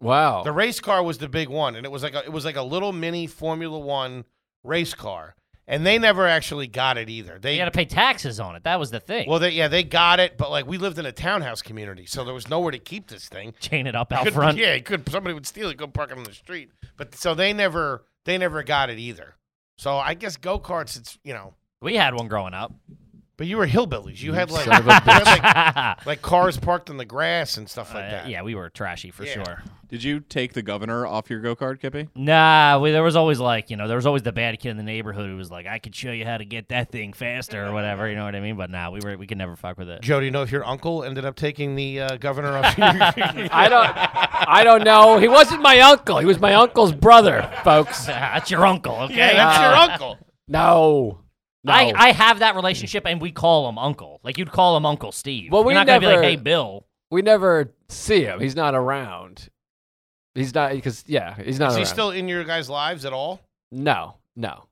Speaker 5: Wow.
Speaker 2: The race car was the big one, and it was like a, it was like a little mini Formula One race car, and they never actually got it either. They
Speaker 3: You got to pay taxes on it. That was the thing.
Speaker 2: well, they yeah, they got it, but like we lived in a townhouse community, so there was nowhere to keep this thing.
Speaker 3: Chain it up out
Speaker 2: Could-
Speaker 3: front.
Speaker 2: yeah, it could somebody would steal it, go park it on the street. But so they never they never got it either. So I guess go karts, it's you know
Speaker 3: We had one growing up.
Speaker 2: But you were hillbillies. You had like,
Speaker 5: son of a
Speaker 2: you had, like, like cars parked in the grass and stuff like
Speaker 3: Uh,
Speaker 2: that.
Speaker 3: yeah, we were trashy for
Speaker 2: Yeah.
Speaker 3: sure.
Speaker 4: Did you take the governor off your go kart, Kippy?
Speaker 3: Nah, we, there was always like, you know, there was always the bad kid in the neighborhood who was like, I could show you how to get that thing faster or whatever, you know what I mean? But nah, we were we could never fuck with it.
Speaker 2: Joe, do you know if your uncle ended up taking the uh, governor off? your-
Speaker 5: I don't. I don't know. He wasn't my uncle. He was my uncle's brother, folks.
Speaker 3: that's your uncle, okay?
Speaker 2: yeah, uh, that's your uncle.
Speaker 5: No. No.
Speaker 3: I, I have that relationship and we call him uncle. Like you'd call him Uncle Steve.
Speaker 5: Well,
Speaker 3: You're
Speaker 5: we
Speaker 3: not gonna be
Speaker 5: never-
Speaker 3: like, hey Bill.
Speaker 5: we never see him. He's not around. He's not because yeah, he's not
Speaker 2: Is he
Speaker 5: around.
Speaker 2: still in your guys' lives at all?
Speaker 5: no, no.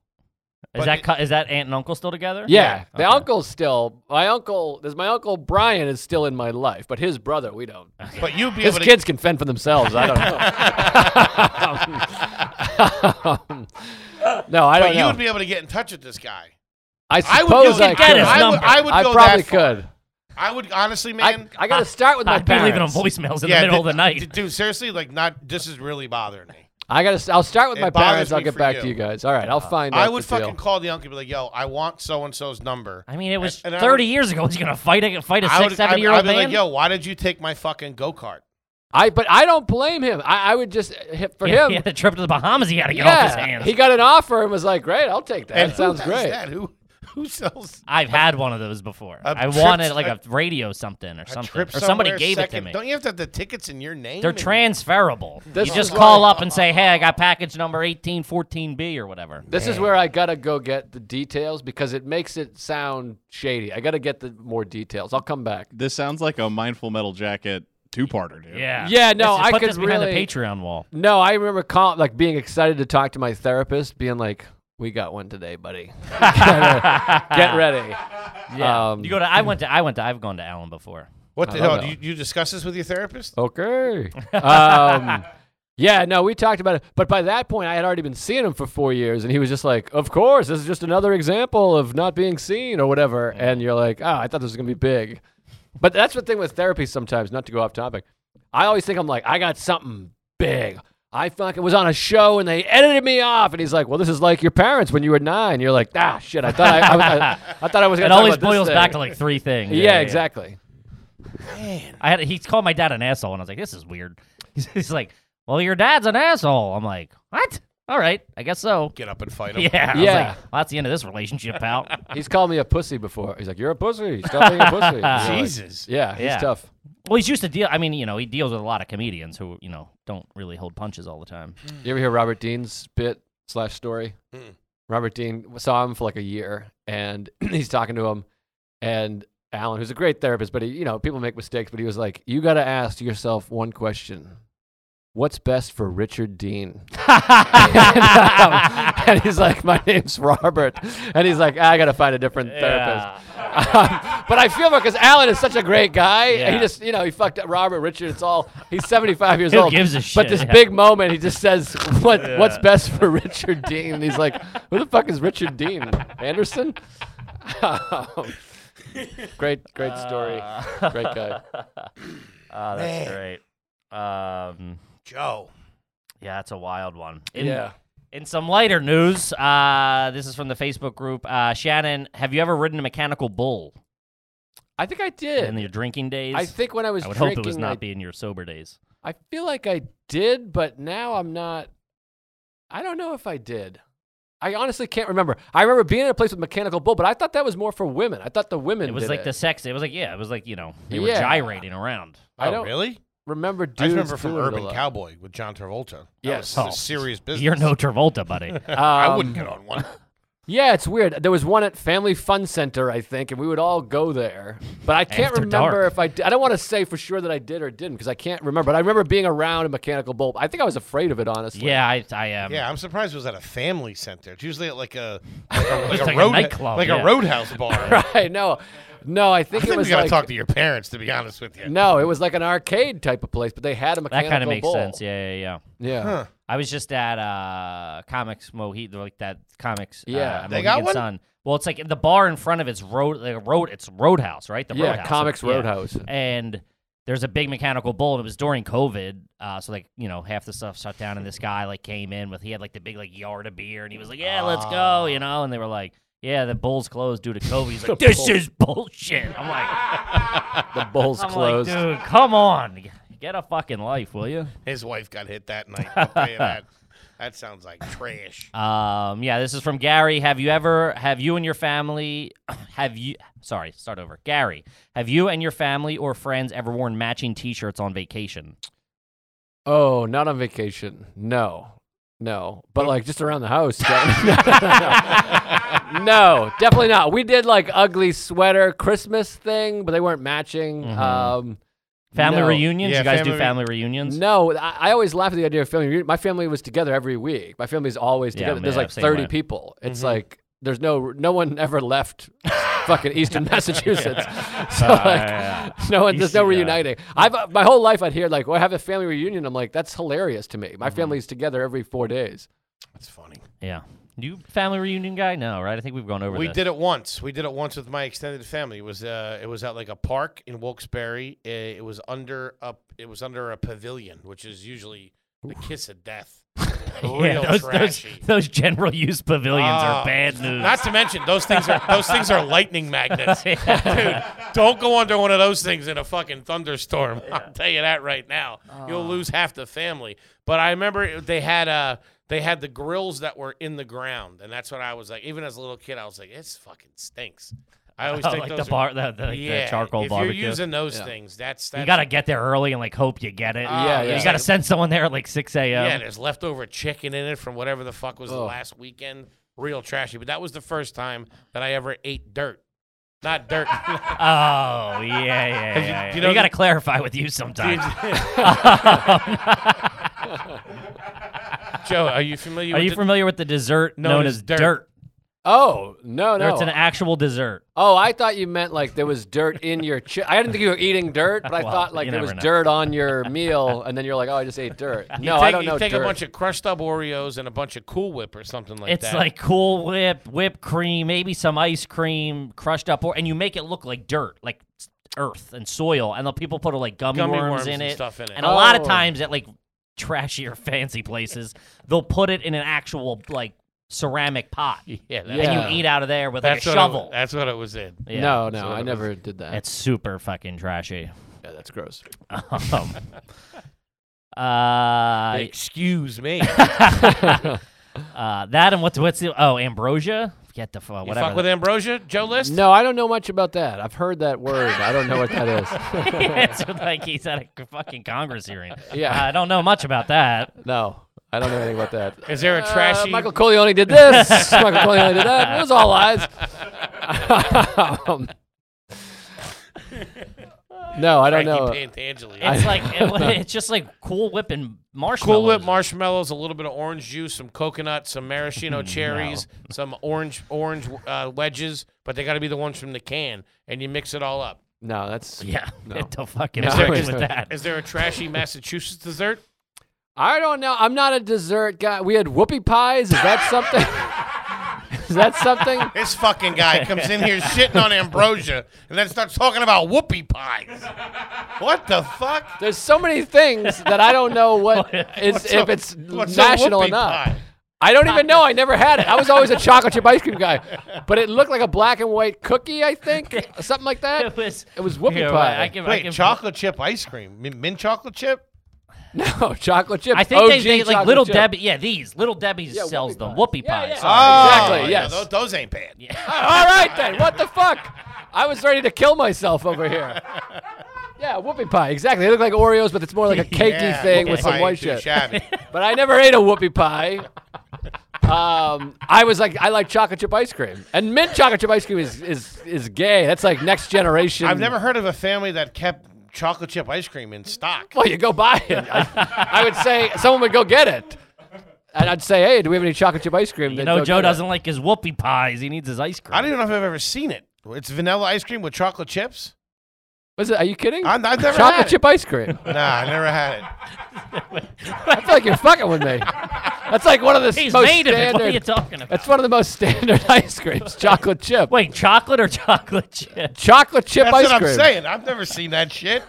Speaker 3: Is
Speaker 2: But
Speaker 3: that
Speaker 2: it-
Speaker 3: cu- is that aunt and uncle still together?
Speaker 5: Yeah, the
Speaker 3: okay.
Speaker 5: uncle's still my uncle. There's my uncle Brian is still in my life, but his brother we don't.
Speaker 2: But you'd be
Speaker 5: His
Speaker 2: able to.
Speaker 5: kids can fend for themselves. I don't know. no, I
Speaker 2: but
Speaker 5: don't
Speaker 2: you
Speaker 5: know.
Speaker 2: would be able to get in touch with this guy.
Speaker 5: I
Speaker 2: I would go
Speaker 5: suppose I,
Speaker 3: You
Speaker 5: could.
Speaker 3: get his
Speaker 2: I would,
Speaker 3: number.
Speaker 2: I would
Speaker 5: I
Speaker 2: go
Speaker 5: probably
Speaker 2: that far.
Speaker 5: could.
Speaker 2: I would honestly,
Speaker 5: I,
Speaker 2: man.
Speaker 5: I got to start with my
Speaker 3: I'd be leaving him
Speaker 5: parents.
Speaker 3: voicemails in
Speaker 2: yeah,
Speaker 3: the middle
Speaker 2: d-
Speaker 3: of the night.
Speaker 2: d- dude. Seriously, like, not. This is really bothering me.
Speaker 5: I gotta. I'll start with
Speaker 2: It
Speaker 5: my
Speaker 2: bothers
Speaker 5: parents. I'll
Speaker 2: me
Speaker 5: get
Speaker 2: for
Speaker 5: back
Speaker 2: you. Uh,
Speaker 5: to you guys. All right, I'll find.
Speaker 2: I
Speaker 5: out
Speaker 2: would
Speaker 5: the deal.
Speaker 2: fucking call the uncle and be like, "Yo, I want so and so's number."
Speaker 3: I mean, it was
Speaker 2: And I
Speaker 3: 30 years ago. Was he gonna fight a fight a
Speaker 2: I
Speaker 3: six,
Speaker 2: would,
Speaker 3: seven
Speaker 2: I'd-
Speaker 3: year
Speaker 2: I'd
Speaker 3: old
Speaker 2: be
Speaker 3: man?
Speaker 2: like, "Yo, why did you take my fucking go kart?"
Speaker 5: I but I don't blame him. I, I would just hi- for
Speaker 3: Yeah,
Speaker 5: him.
Speaker 3: he had a trip to the Bahamas. He had to get off his
Speaker 5: yeah,
Speaker 3: hands.
Speaker 5: he got an offer and was like, "Great, I'll take that.
Speaker 2: And
Speaker 5: That sounds
Speaker 2: who has
Speaker 5: great."
Speaker 2: That? Who who sells
Speaker 3: I've had one of those before.
Speaker 2: A
Speaker 3: I
Speaker 2: trip-
Speaker 3: wanted like
Speaker 2: a-
Speaker 3: a radio something or
Speaker 2: a
Speaker 3: something,
Speaker 2: trip
Speaker 3: or somebody
Speaker 2: somewhere
Speaker 3: gave it to
Speaker 2: second-
Speaker 3: me.
Speaker 2: Don't you have to have the tickets in your name?
Speaker 3: They're
Speaker 2: and-
Speaker 3: transferable.
Speaker 5: This
Speaker 3: you
Speaker 5: is
Speaker 3: just
Speaker 5: why-
Speaker 3: call up and say, "Hey, I got package number 1814B or whatever."
Speaker 5: This is where I gotta go get the details because it makes it sound shady. I gotta get the more details. I'll come back.
Speaker 4: This sounds like a mindful metal jacket two parter, dude.
Speaker 3: Yeah.
Speaker 5: Yeah, no,
Speaker 3: Let's just
Speaker 5: I
Speaker 3: put
Speaker 5: could
Speaker 3: this behind
Speaker 5: really-
Speaker 3: the Patreon wall.
Speaker 5: No, I remember call, like being excited to talk to my therapist, being like, "We got one today, buddy. get ready."
Speaker 3: Yeah.
Speaker 5: Um,
Speaker 2: Mm.
Speaker 3: you go to. I went to. I went to. I've gone to Allen before.
Speaker 2: What the
Speaker 5: I love
Speaker 2: hell?
Speaker 5: that
Speaker 2: Do you, you discuss this with your therapist?
Speaker 5: Okay. Um, yeah, no, we talked about it. But by that point, I had already been seeing him for four years, and he was just like, Of course, this is just another example of not being seen or whatever. And you're like, Oh, I thought this was going to be big. But that's the thing with therapy sometimes, not to go off topic. I always think I'm like, I got something big. I fucking was on a show and they edited me off. And he's like, Well, this is like your parents when you were nine. You're like, Ah, shit. I thought I, I, I, I thought I was
Speaker 3: It
Speaker 5: going to
Speaker 3: always boils back to like three things.
Speaker 5: Yeah, exactly.
Speaker 3: I had. He called my dad an asshole, and I was like, "This is weird." He's, he's like, "Well, your dad's an asshole." I'm like, "What? All right, I guess so."
Speaker 2: Get up and fight him.
Speaker 3: Yeah. I was
Speaker 5: Yeah.
Speaker 3: like, well, that's the end of this relationship, pal.
Speaker 5: He's called me a pussy before. He's like, "You're a pussy. Stop being a pussy." And you're like,
Speaker 2: Jesus.
Speaker 5: yeah, he's
Speaker 3: Yeah.
Speaker 5: tough.
Speaker 3: well, he's used to deal. I mean, you know, he deals with a lot of comedians who, you know, don't really hold punches all the time.
Speaker 5: You ever hear Robert Dean's bit slash story?
Speaker 2: Mm-mm.
Speaker 5: Robert Dean saw him for like a year, and he's talking to him, and Alan, who's a great therapist, but he, you know, people make mistakes, but he was like, "You got to ask yourself one question: What's best for Richard Dean?" and, um, and he's like, "My name's Robert," and he's like, "I got to find a different therapist." Um, but I feel because Alan is such a great guy. He
Speaker 3: Yeah.
Speaker 5: just, you know, he fucked up Robert Richard. It's all he's 75 years
Speaker 3: Who
Speaker 5: old.
Speaker 3: gives a
Speaker 5: But
Speaker 3: shit,
Speaker 5: this
Speaker 3: yeah.
Speaker 5: big moment, he just says, "What what's best for Richard Dean?" And he's like, "Who the fuck is Richard Dean Anderson?" Um, great, great
Speaker 3: Uh,
Speaker 5: story. Great guy.
Speaker 3: Oh, that's
Speaker 2: Man.
Speaker 3: great. Um,
Speaker 2: Joe.
Speaker 3: yeah, that's a wild one. In,
Speaker 5: Yeah.
Speaker 3: In some lighter news, uh, this is from the Facebook group. Uh, Shannon, have you ever ridden a mechanical bull
Speaker 5: I think I
Speaker 3: in
Speaker 5: did.
Speaker 3: your drinking days?
Speaker 5: I think when I was
Speaker 3: I would hope
Speaker 5: drinking,
Speaker 3: it was
Speaker 5: I-
Speaker 3: not be in your sober days.
Speaker 5: I feel like I did, but now I'm not. I don't know if I did. I honestly can't remember. I remember being in a place with mechanical bull, but I thought that was more for women. I thought the women.
Speaker 3: It was
Speaker 5: did
Speaker 3: like
Speaker 5: it.
Speaker 3: the sex. It was like yeah, it was like you know they were
Speaker 5: Yeah.
Speaker 3: gyrating around.
Speaker 5: I
Speaker 2: oh,
Speaker 5: don't
Speaker 2: really?
Speaker 5: remember. Dudes
Speaker 2: I remember from
Speaker 5: doing it a
Speaker 2: Urban
Speaker 5: lot.
Speaker 2: Cowboy with John Travolta. That
Speaker 5: Yes.
Speaker 2: was
Speaker 3: Oh.
Speaker 2: a serious business.
Speaker 3: You're no Travolta, buddy.
Speaker 2: I
Speaker 5: Um,
Speaker 2: wouldn't get on one.
Speaker 5: Yeah, it's weird. There was one at Family Fun Center, I think, and we would all go there. But I can't
Speaker 3: After
Speaker 5: remember
Speaker 3: dark.
Speaker 5: if I. Did. I don't want to say for sure that I did or didn't because I can't remember. But I remember being around a mechanical bull. I think I was afraid of it, honestly.
Speaker 3: yeah, I, I am.
Speaker 2: Yeah, I'm surprised it was at a family center. It's usually at like a like a, like
Speaker 3: It's
Speaker 2: a
Speaker 3: like a
Speaker 2: road
Speaker 3: nightclub,
Speaker 2: like
Speaker 3: yeah.
Speaker 2: a roadhouse bar.
Speaker 5: I know. No, I
Speaker 2: I
Speaker 5: think it
Speaker 2: think we
Speaker 5: was
Speaker 2: gotta
Speaker 5: like.
Speaker 2: talk to your parents, to be honest with you.
Speaker 5: no, it was like an arcade type of place, but they had a
Speaker 3: that
Speaker 5: mechanical
Speaker 3: kind of makes
Speaker 5: bull.
Speaker 3: sense. Yeah, yeah, yeah.
Speaker 5: Yeah.
Speaker 2: Huh.
Speaker 3: I was just at uh Comics Mojito, like that Comics.
Speaker 5: Yeah.
Speaker 3: uh,
Speaker 2: They got
Speaker 3: Mohegan
Speaker 2: one?
Speaker 3: Sun. Well, it's like the bar in front of it's road, like a road, it's Roadhouse, right? The
Speaker 5: Yeah,
Speaker 3: Roadhouse.
Speaker 5: Comics
Speaker 3: Yeah.
Speaker 5: Roadhouse.
Speaker 3: And there's a big mechanical bull, and it was during COVID, uh, so like you know half the stuff shut
Speaker 5: Ah.
Speaker 3: down, and this guy like came in with he had like the big like yard of beer, and he was like, yeah, let's go, you know, and they were like. yeah, the Bulls closed due to COVID. He's like, this is bullshit. I'm like,
Speaker 5: The bowl's
Speaker 3: I'm like,
Speaker 5: closed.
Speaker 3: dude, come on. Get a fucking life, will you?
Speaker 2: His wife got hit that night. I'll tell you that. That sounds like trash.
Speaker 3: Um, yeah, this is from Gary. Have you ever, have you and your family, have you, sorry, start over. Gary, have you and your family or friends ever worn matching t shirts on vacation?
Speaker 5: oh, not on vacation. No, no. But like just around the house. no, definitely not. We did like ugly sweater Christmas thing, but they weren't matching. Um,
Speaker 3: Family
Speaker 5: no.
Speaker 3: reunions?
Speaker 2: Yeah,
Speaker 3: you guys do
Speaker 2: family re-
Speaker 3: family reunions?
Speaker 5: No, I, I always laugh at the idea of family. reunion. My family was together every week. My family's always
Speaker 3: Yeah,
Speaker 5: together.
Speaker 3: man,
Speaker 5: there's like
Speaker 3: same
Speaker 5: 30
Speaker 3: way. Mm-hmm.
Speaker 5: people. It's like there's no no one ever left fucking Eastern Massachusetts. So
Speaker 3: Ah,
Speaker 5: like
Speaker 3: yeah,
Speaker 5: no one, there's no
Speaker 3: Eastern, uh,
Speaker 5: reuniting. I've uh, my whole life I'd hear like, "Well, I have a family reunion." I'm like, "That's hilarious to me." My
Speaker 3: Mm-hmm.
Speaker 5: family's together every 4 days.
Speaker 2: That's funny.
Speaker 3: Yeah. You family reunion guy? No, right? I think we've gone over
Speaker 2: We
Speaker 3: this.
Speaker 2: did it once. We did it once with my extended family. It was uh, it was at like a park in Wilkes-Barre. I- It, was under a it was under a pavilion, which is usually the kiss of death. Real
Speaker 3: yeah, those, those,
Speaker 2: trashy.
Speaker 3: those general use pavilions
Speaker 2: Ah,
Speaker 3: are bad news.
Speaker 2: Not to mention those things are those things are lightning magnets. Dude, don't go under one of those things in a fucking thunderstorm. I'll tell you that right now.
Speaker 3: Ah.
Speaker 2: You'll lose half the family. But I remember it- they had uh they had the grills that were in the ground, and that's what I was like. Even as a little kid, I was like, "This fucking stinks." I always
Speaker 3: Oh,
Speaker 2: think
Speaker 3: like
Speaker 2: those
Speaker 3: the
Speaker 2: are-
Speaker 3: bar, the, the, the charcoal
Speaker 2: if
Speaker 3: barbecue.
Speaker 2: you're using those things, that's that's
Speaker 3: you gotta get there early and like hope you get it.
Speaker 5: Yeah,
Speaker 3: you
Speaker 5: yeah.
Speaker 3: gotta send someone there at like six a.m.
Speaker 2: Ah, Yeah, there's leftover chicken in it from whatever the fuck was the last weekend. Real trashy. But that was the first time that I ever ate dirt. Not dirt.
Speaker 3: oh yeah, yeah, yeah. yeah.
Speaker 2: do
Speaker 3: You,
Speaker 2: you know
Speaker 3: gotta
Speaker 2: the-
Speaker 3: clarify with you sometimes.
Speaker 2: Joe, are you familiar
Speaker 3: Are
Speaker 2: with
Speaker 3: you
Speaker 2: the-
Speaker 3: familiar with the dessert
Speaker 2: Known
Speaker 3: known
Speaker 2: as
Speaker 3: as
Speaker 2: dirt.
Speaker 3: dirt?
Speaker 5: Oh, no,
Speaker 3: Where
Speaker 5: no.
Speaker 3: It's an actual dessert.
Speaker 5: oh, I thought you meant like there was dirt in your chip. I didn't think you were eating dirt, but I
Speaker 3: Well,
Speaker 5: thought like
Speaker 3: you
Speaker 5: there was
Speaker 3: never know.
Speaker 5: dirt on your meal and then you're like, "Oh, I just ate dirt." No,
Speaker 2: you take,
Speaker 5: I don't
Speaker 2: you
Speaker 5: know
Speaker 2: take
Speaker 5: dirt.
Speaker 2: a bunch of crushed up Oreos and a bunch of Cool Whip or something like
Speaker 3: It's
Speaker 2: that.
Speaker 3: like Cool Whip, whipped cream, maybe some ice cream, crushed up, or and you make it look like dirt, like s- earth and soil, and the people put like gummy,
Speaker 2: Gummy
Speaker 3: worms,
Speaker 2: worms
Speaker 3: in
Speaker 2: and
Speaker 3: it,
Speaker 2: stuff in it.
Speaker 3: and a lot of
Speaker 5: Oh.
Speaker 3: times at like trashier fancy places, they'll put it in an actual like ceramic pot,
Speaker 2: yeah, that-
Speaker 5: Yeah.
Speaker 3: and you eat out of there with like
Speaker 2: that's
Speaker 3: a
Speaker 2: what
Speaker 3: shovel.
Speaker 2: It, that's what it was in.
Speaker 3: Yeah.
Speaker 5: no, no, I never did that.
Speaker 3: it's super fucking trashy.
Speaker 5: yeah, that's gross.
Speaker 3: Um, uh,
Speaker 2: Excuse me.
Speaker 3: uh, that and what's what's the oh ambrosia? Get the fuck
Speaker 2: you
Speaker 3: whatever.
Speaker 2: fuck with ambrosia, Joe List?
Speaker 5: No, I don't know much about that. I've heard that word. I don't know what that is.
Speaker 3: it's like he's at a fucking Congress hearing.
Speaker 5: Yeah.
Speaker 3: I don't know much about that.
Speaker 5: No, I don't know anything about that.
Speaker 2: Is there a trashy?
Speaker 5: Uh, Michael Corleone did this. Michael Corleone did that. It was all lies. Um, no, I don't
Speaker 2: Frankie
Speaker 5: know.
Speaker 2: Pantangeli.
Speaker 3: It's like it- it's just like Cool Whip and marshmallows.
Speaker 2: Cool Whip marshmallows, a little bit of orange juice, some coconut, some maraschino
Speaker 5: Mm,
Speaker 2: cherries, some orange orange uh, wedges, but they got to be the ones from the can, and you mix it all up.
Speaker 5: No, that's.
Speaker 3: Yeah,
Speaker 5: No.
Speaker 3: get the fucking
Speaker 5: No.
Speaker 3: fuck
Speaker 5: Is
Speaker 3: with
Speaker 5: there-
Speaker 3: that.
Speaker 2: Is there a trashy Massachusetts dessert?
Speaker 5: I don't know. I'm not a dessert guy. We had whoopie pies. Is that something? is that something?
Speaker 2: This fucking guy comes in here shitting on ambrosia and then starts talking about whoopie pies. What the fuck?
Speaker 5: There's so many things that I don't know what is
Speaker 2: a-
Speaker 5: if it's
Speaker 2: what's a
Speaker 5: national
Speaker 2: whoopie
Speaker 5: enough.
Speaker 2: pie?
Speaker 5: I don't even know. I never had it. I was always a chocolate chip ice cream guy, but it looked like a black and white cookie. I think something like that.
Speaker 3: It was
Speaker 5: It was whoopie
Speaker 3: Here,
Speaker 5: pie.
Speaker 3: I can, I
Speaker 2: Wait,
Speaker 3: can-
Speaker 2: chocolate chip ice cream, Min- mint chocolate chip.
Speaker 5: no chocolate chip.
Speaker 3: I think they,
Speaker 5: OG
Speaker 3: they like
Speaker 5: chocolate
Speaker 3: Little
Speaker 5: chip.
Speaker 3: Debbie. Yeah, these Little Debbie's
Speaker 5: Yeah,
Speaker 3: sells
Speaker 5: whoopie
Speaker 3: them
Speaker 5: pies.
Speaker 3: whoopie
Speaker 5: Yeah,
Speaker 3: pies.
Speaker 5: yeah.
Speaker 3: Sorry.
Speaker 5: Oh, Exactly,
Speaker 2: Oh, yeah,
Speaker 5: yes.
Speaker 2: tho- those ain't bad.
Speaker 5: All right then. What the fuck? I was ready to kill myself over here. Yeah, whoopie pie. Exactly. They look like Oreos, but it's more like a cakey
Speaker 2: Yeah,
Speaker 5: thing
Speaker 2: whoopie
Speaker 5: with some
Speaker 2: pie
Speaker 5: white
Speaker 2: ain't too
Speaker 5: shit.
Speaker 2: shabby.
Speaker 5: But I never ate a whoopie pie. Um, I was like, I like chocolate chip ice cream, and mint chocolate chip ice cream is is is gay. That's like next generation.
Speaker 2: I've never heard of a family that kept chocolate chip ice cream in stock.
Speaker 5: Well, you go buy it. I, I would say someone would go get it, and I'd say, "Hey, do we have any chocolate chip ice cream?"
Speaker 3: You know, Joe doesn't like his whoopie pies. He needs his ice cream.
Speaker 2: I don't even know if I've ever seen it. It's vanilla ice cream with chocolate chips.
Speaker 5: Was it? Are you kidding?
Speaker 2: I'm, I've never
Speaker 5: chocolate
Speaker 2: had
Speaker 5: chip ice cream.
Speaker 2: it. Nah, I never had it.
Speaker 5: I feel like you're fucking with me. That's like one of the
Speaker 3: He's
Speaker 5: most
Speaker 3: made of
Speaker 5: standard.
Speaker 3: it. What are you talking about?
Speaker 5: that's one of the most standard ice creams. Chocolate chip.
Speaker 3: Wait, chocolate or chocolate
Speaker 5: Uh,
Speaker 3: chip?
Speaker 5: Chocolate chip
Speaker 2: That's
Speaker 5: ice
Speaker 2: what
Speaker 5: cream.
Speaker 2: I'm saying. I've never seen that shit.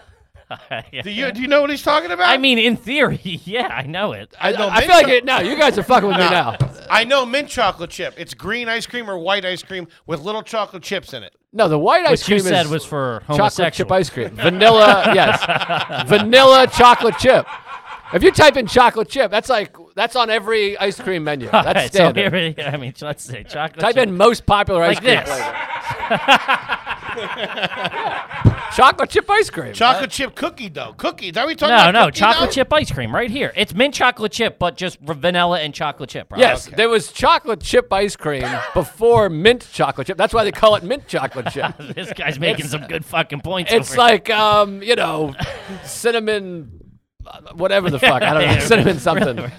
Speaker 2: Do you do you know what he's talking about?
Speaker 3: I mean, in theory, yeah, I know it.
Speaker 5: I,
Speaker 2: don't
Speaker 5: I
Speaker 2: think
Speaker 5: feel like
Speaker 2: so.
Speaker 5: it, no, you guys are fucking with me now.
Speaker 2: I know mint chocolate chip. It's green ice cream or white ice cream with little chocolate chips in it.
Speaker 5: No, the white ice
Speaker 3: Which you
Speaker 5: cream
Speaker 3: said
Speaker 5: is
Speaker 3: was for
Speaker 5: chocolate chip
Speaker 3: homosexual.
Speaker 5: ice cream. Vanilla, yes. Vanilla chocolate chip. If you type in chocolate chip, that's like that's on every ice cream menu. That's
Speaker 3: Alright, so
Speaker 5: standard.
Speaker 3: here we- I mean, let's say chocolate.
Speaker 5: type
Speaker 3: chip.
Speaker 5: in most popular ice
Speaker 3: like
Speaker 5: cream.
Speaker 3: this.
Speaker 5: flavor. Chocolate chip ice cream.
Speaker 2: Chocolate chip cookie dough. Cookies. Are we talking
Speaker 3: No,
Speaker 2: about
Speaker 3: no,
Speaker 2: cookie
Speaker 3: chocolate
Speaker 2: dough?
Speaker 3: chip ice cream right here. It's mint chocolate chip, but just r- vanilla and chocolate chip. Right?
Speaker 5: yes, there was chocolate chip ice cream before mint chocolate chip. That's why they call it mint chocolate chip.
Speaker 3: this guy's making some good fucking points.
Speaker 5: It's
Speaker 3: over here.
Speaker 5: like um, you know, cinnamon, uh, whatever the fuck. I don't know, cinnamon something.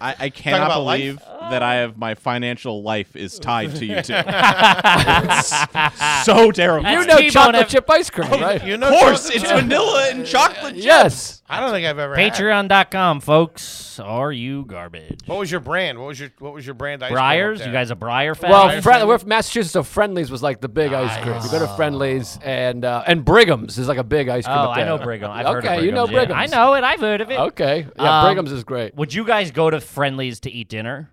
Speaker 4: I, I cannot
Speaker 2: about life?
Speaker 4: believe that I have my financial life is tied to you two. It's so terrible.
Speaker 5: You
Speaker 3: That's
Speaker 5: know
Speaker 3: T-bone
Speaker 5: chocolate
Speaker 3: ev-
Speaker 5: chip ice cream, right?
Speaker 2: You know
Speaker 4: of course,
Speaker 2: chocolate
Speaker 4: it's
Speaker 2: chip?
Speaker 4: vanilla and chocolate. chip.
Speaker 5: yes.
Speaker 2: I don't think I've ever had.
Speaker 3: Patreon.com, folks. Are you garbage?
Speaker 2: What was your brand? What was your What was your brand? Ice cream up
Speaker 3: Briars?
Speaker 2: there?
Speaker 3: You guys a Briar fan?
Speaker 5: Well, Fre- we're from Massachusetts, so Friendlies was like the big
Speaker 3: Ah,
Speaker 5: ice cream. You go to Friendlies, and uh, and Brigham's is like a big ice
Speaker 3: oh,
Speaker 5: cream. up
Speaker 3: I
Speaker 5: there.
Speaker 3: know Brigham. I've
Speaker 5: okay,
Speaker 3: heard of Brigham's.
Speaker 5: you know
Speaker 3: yeah.
Speaker 5: Brigham's.
Speaker 3: I know it. I've heard of it.
Speaker 5: Okay, yeah,
Speaker 3: Um,
Speaker 5: Brigham's is great.
Speaker 3: Would you guys go to Friendlies to eat dinner?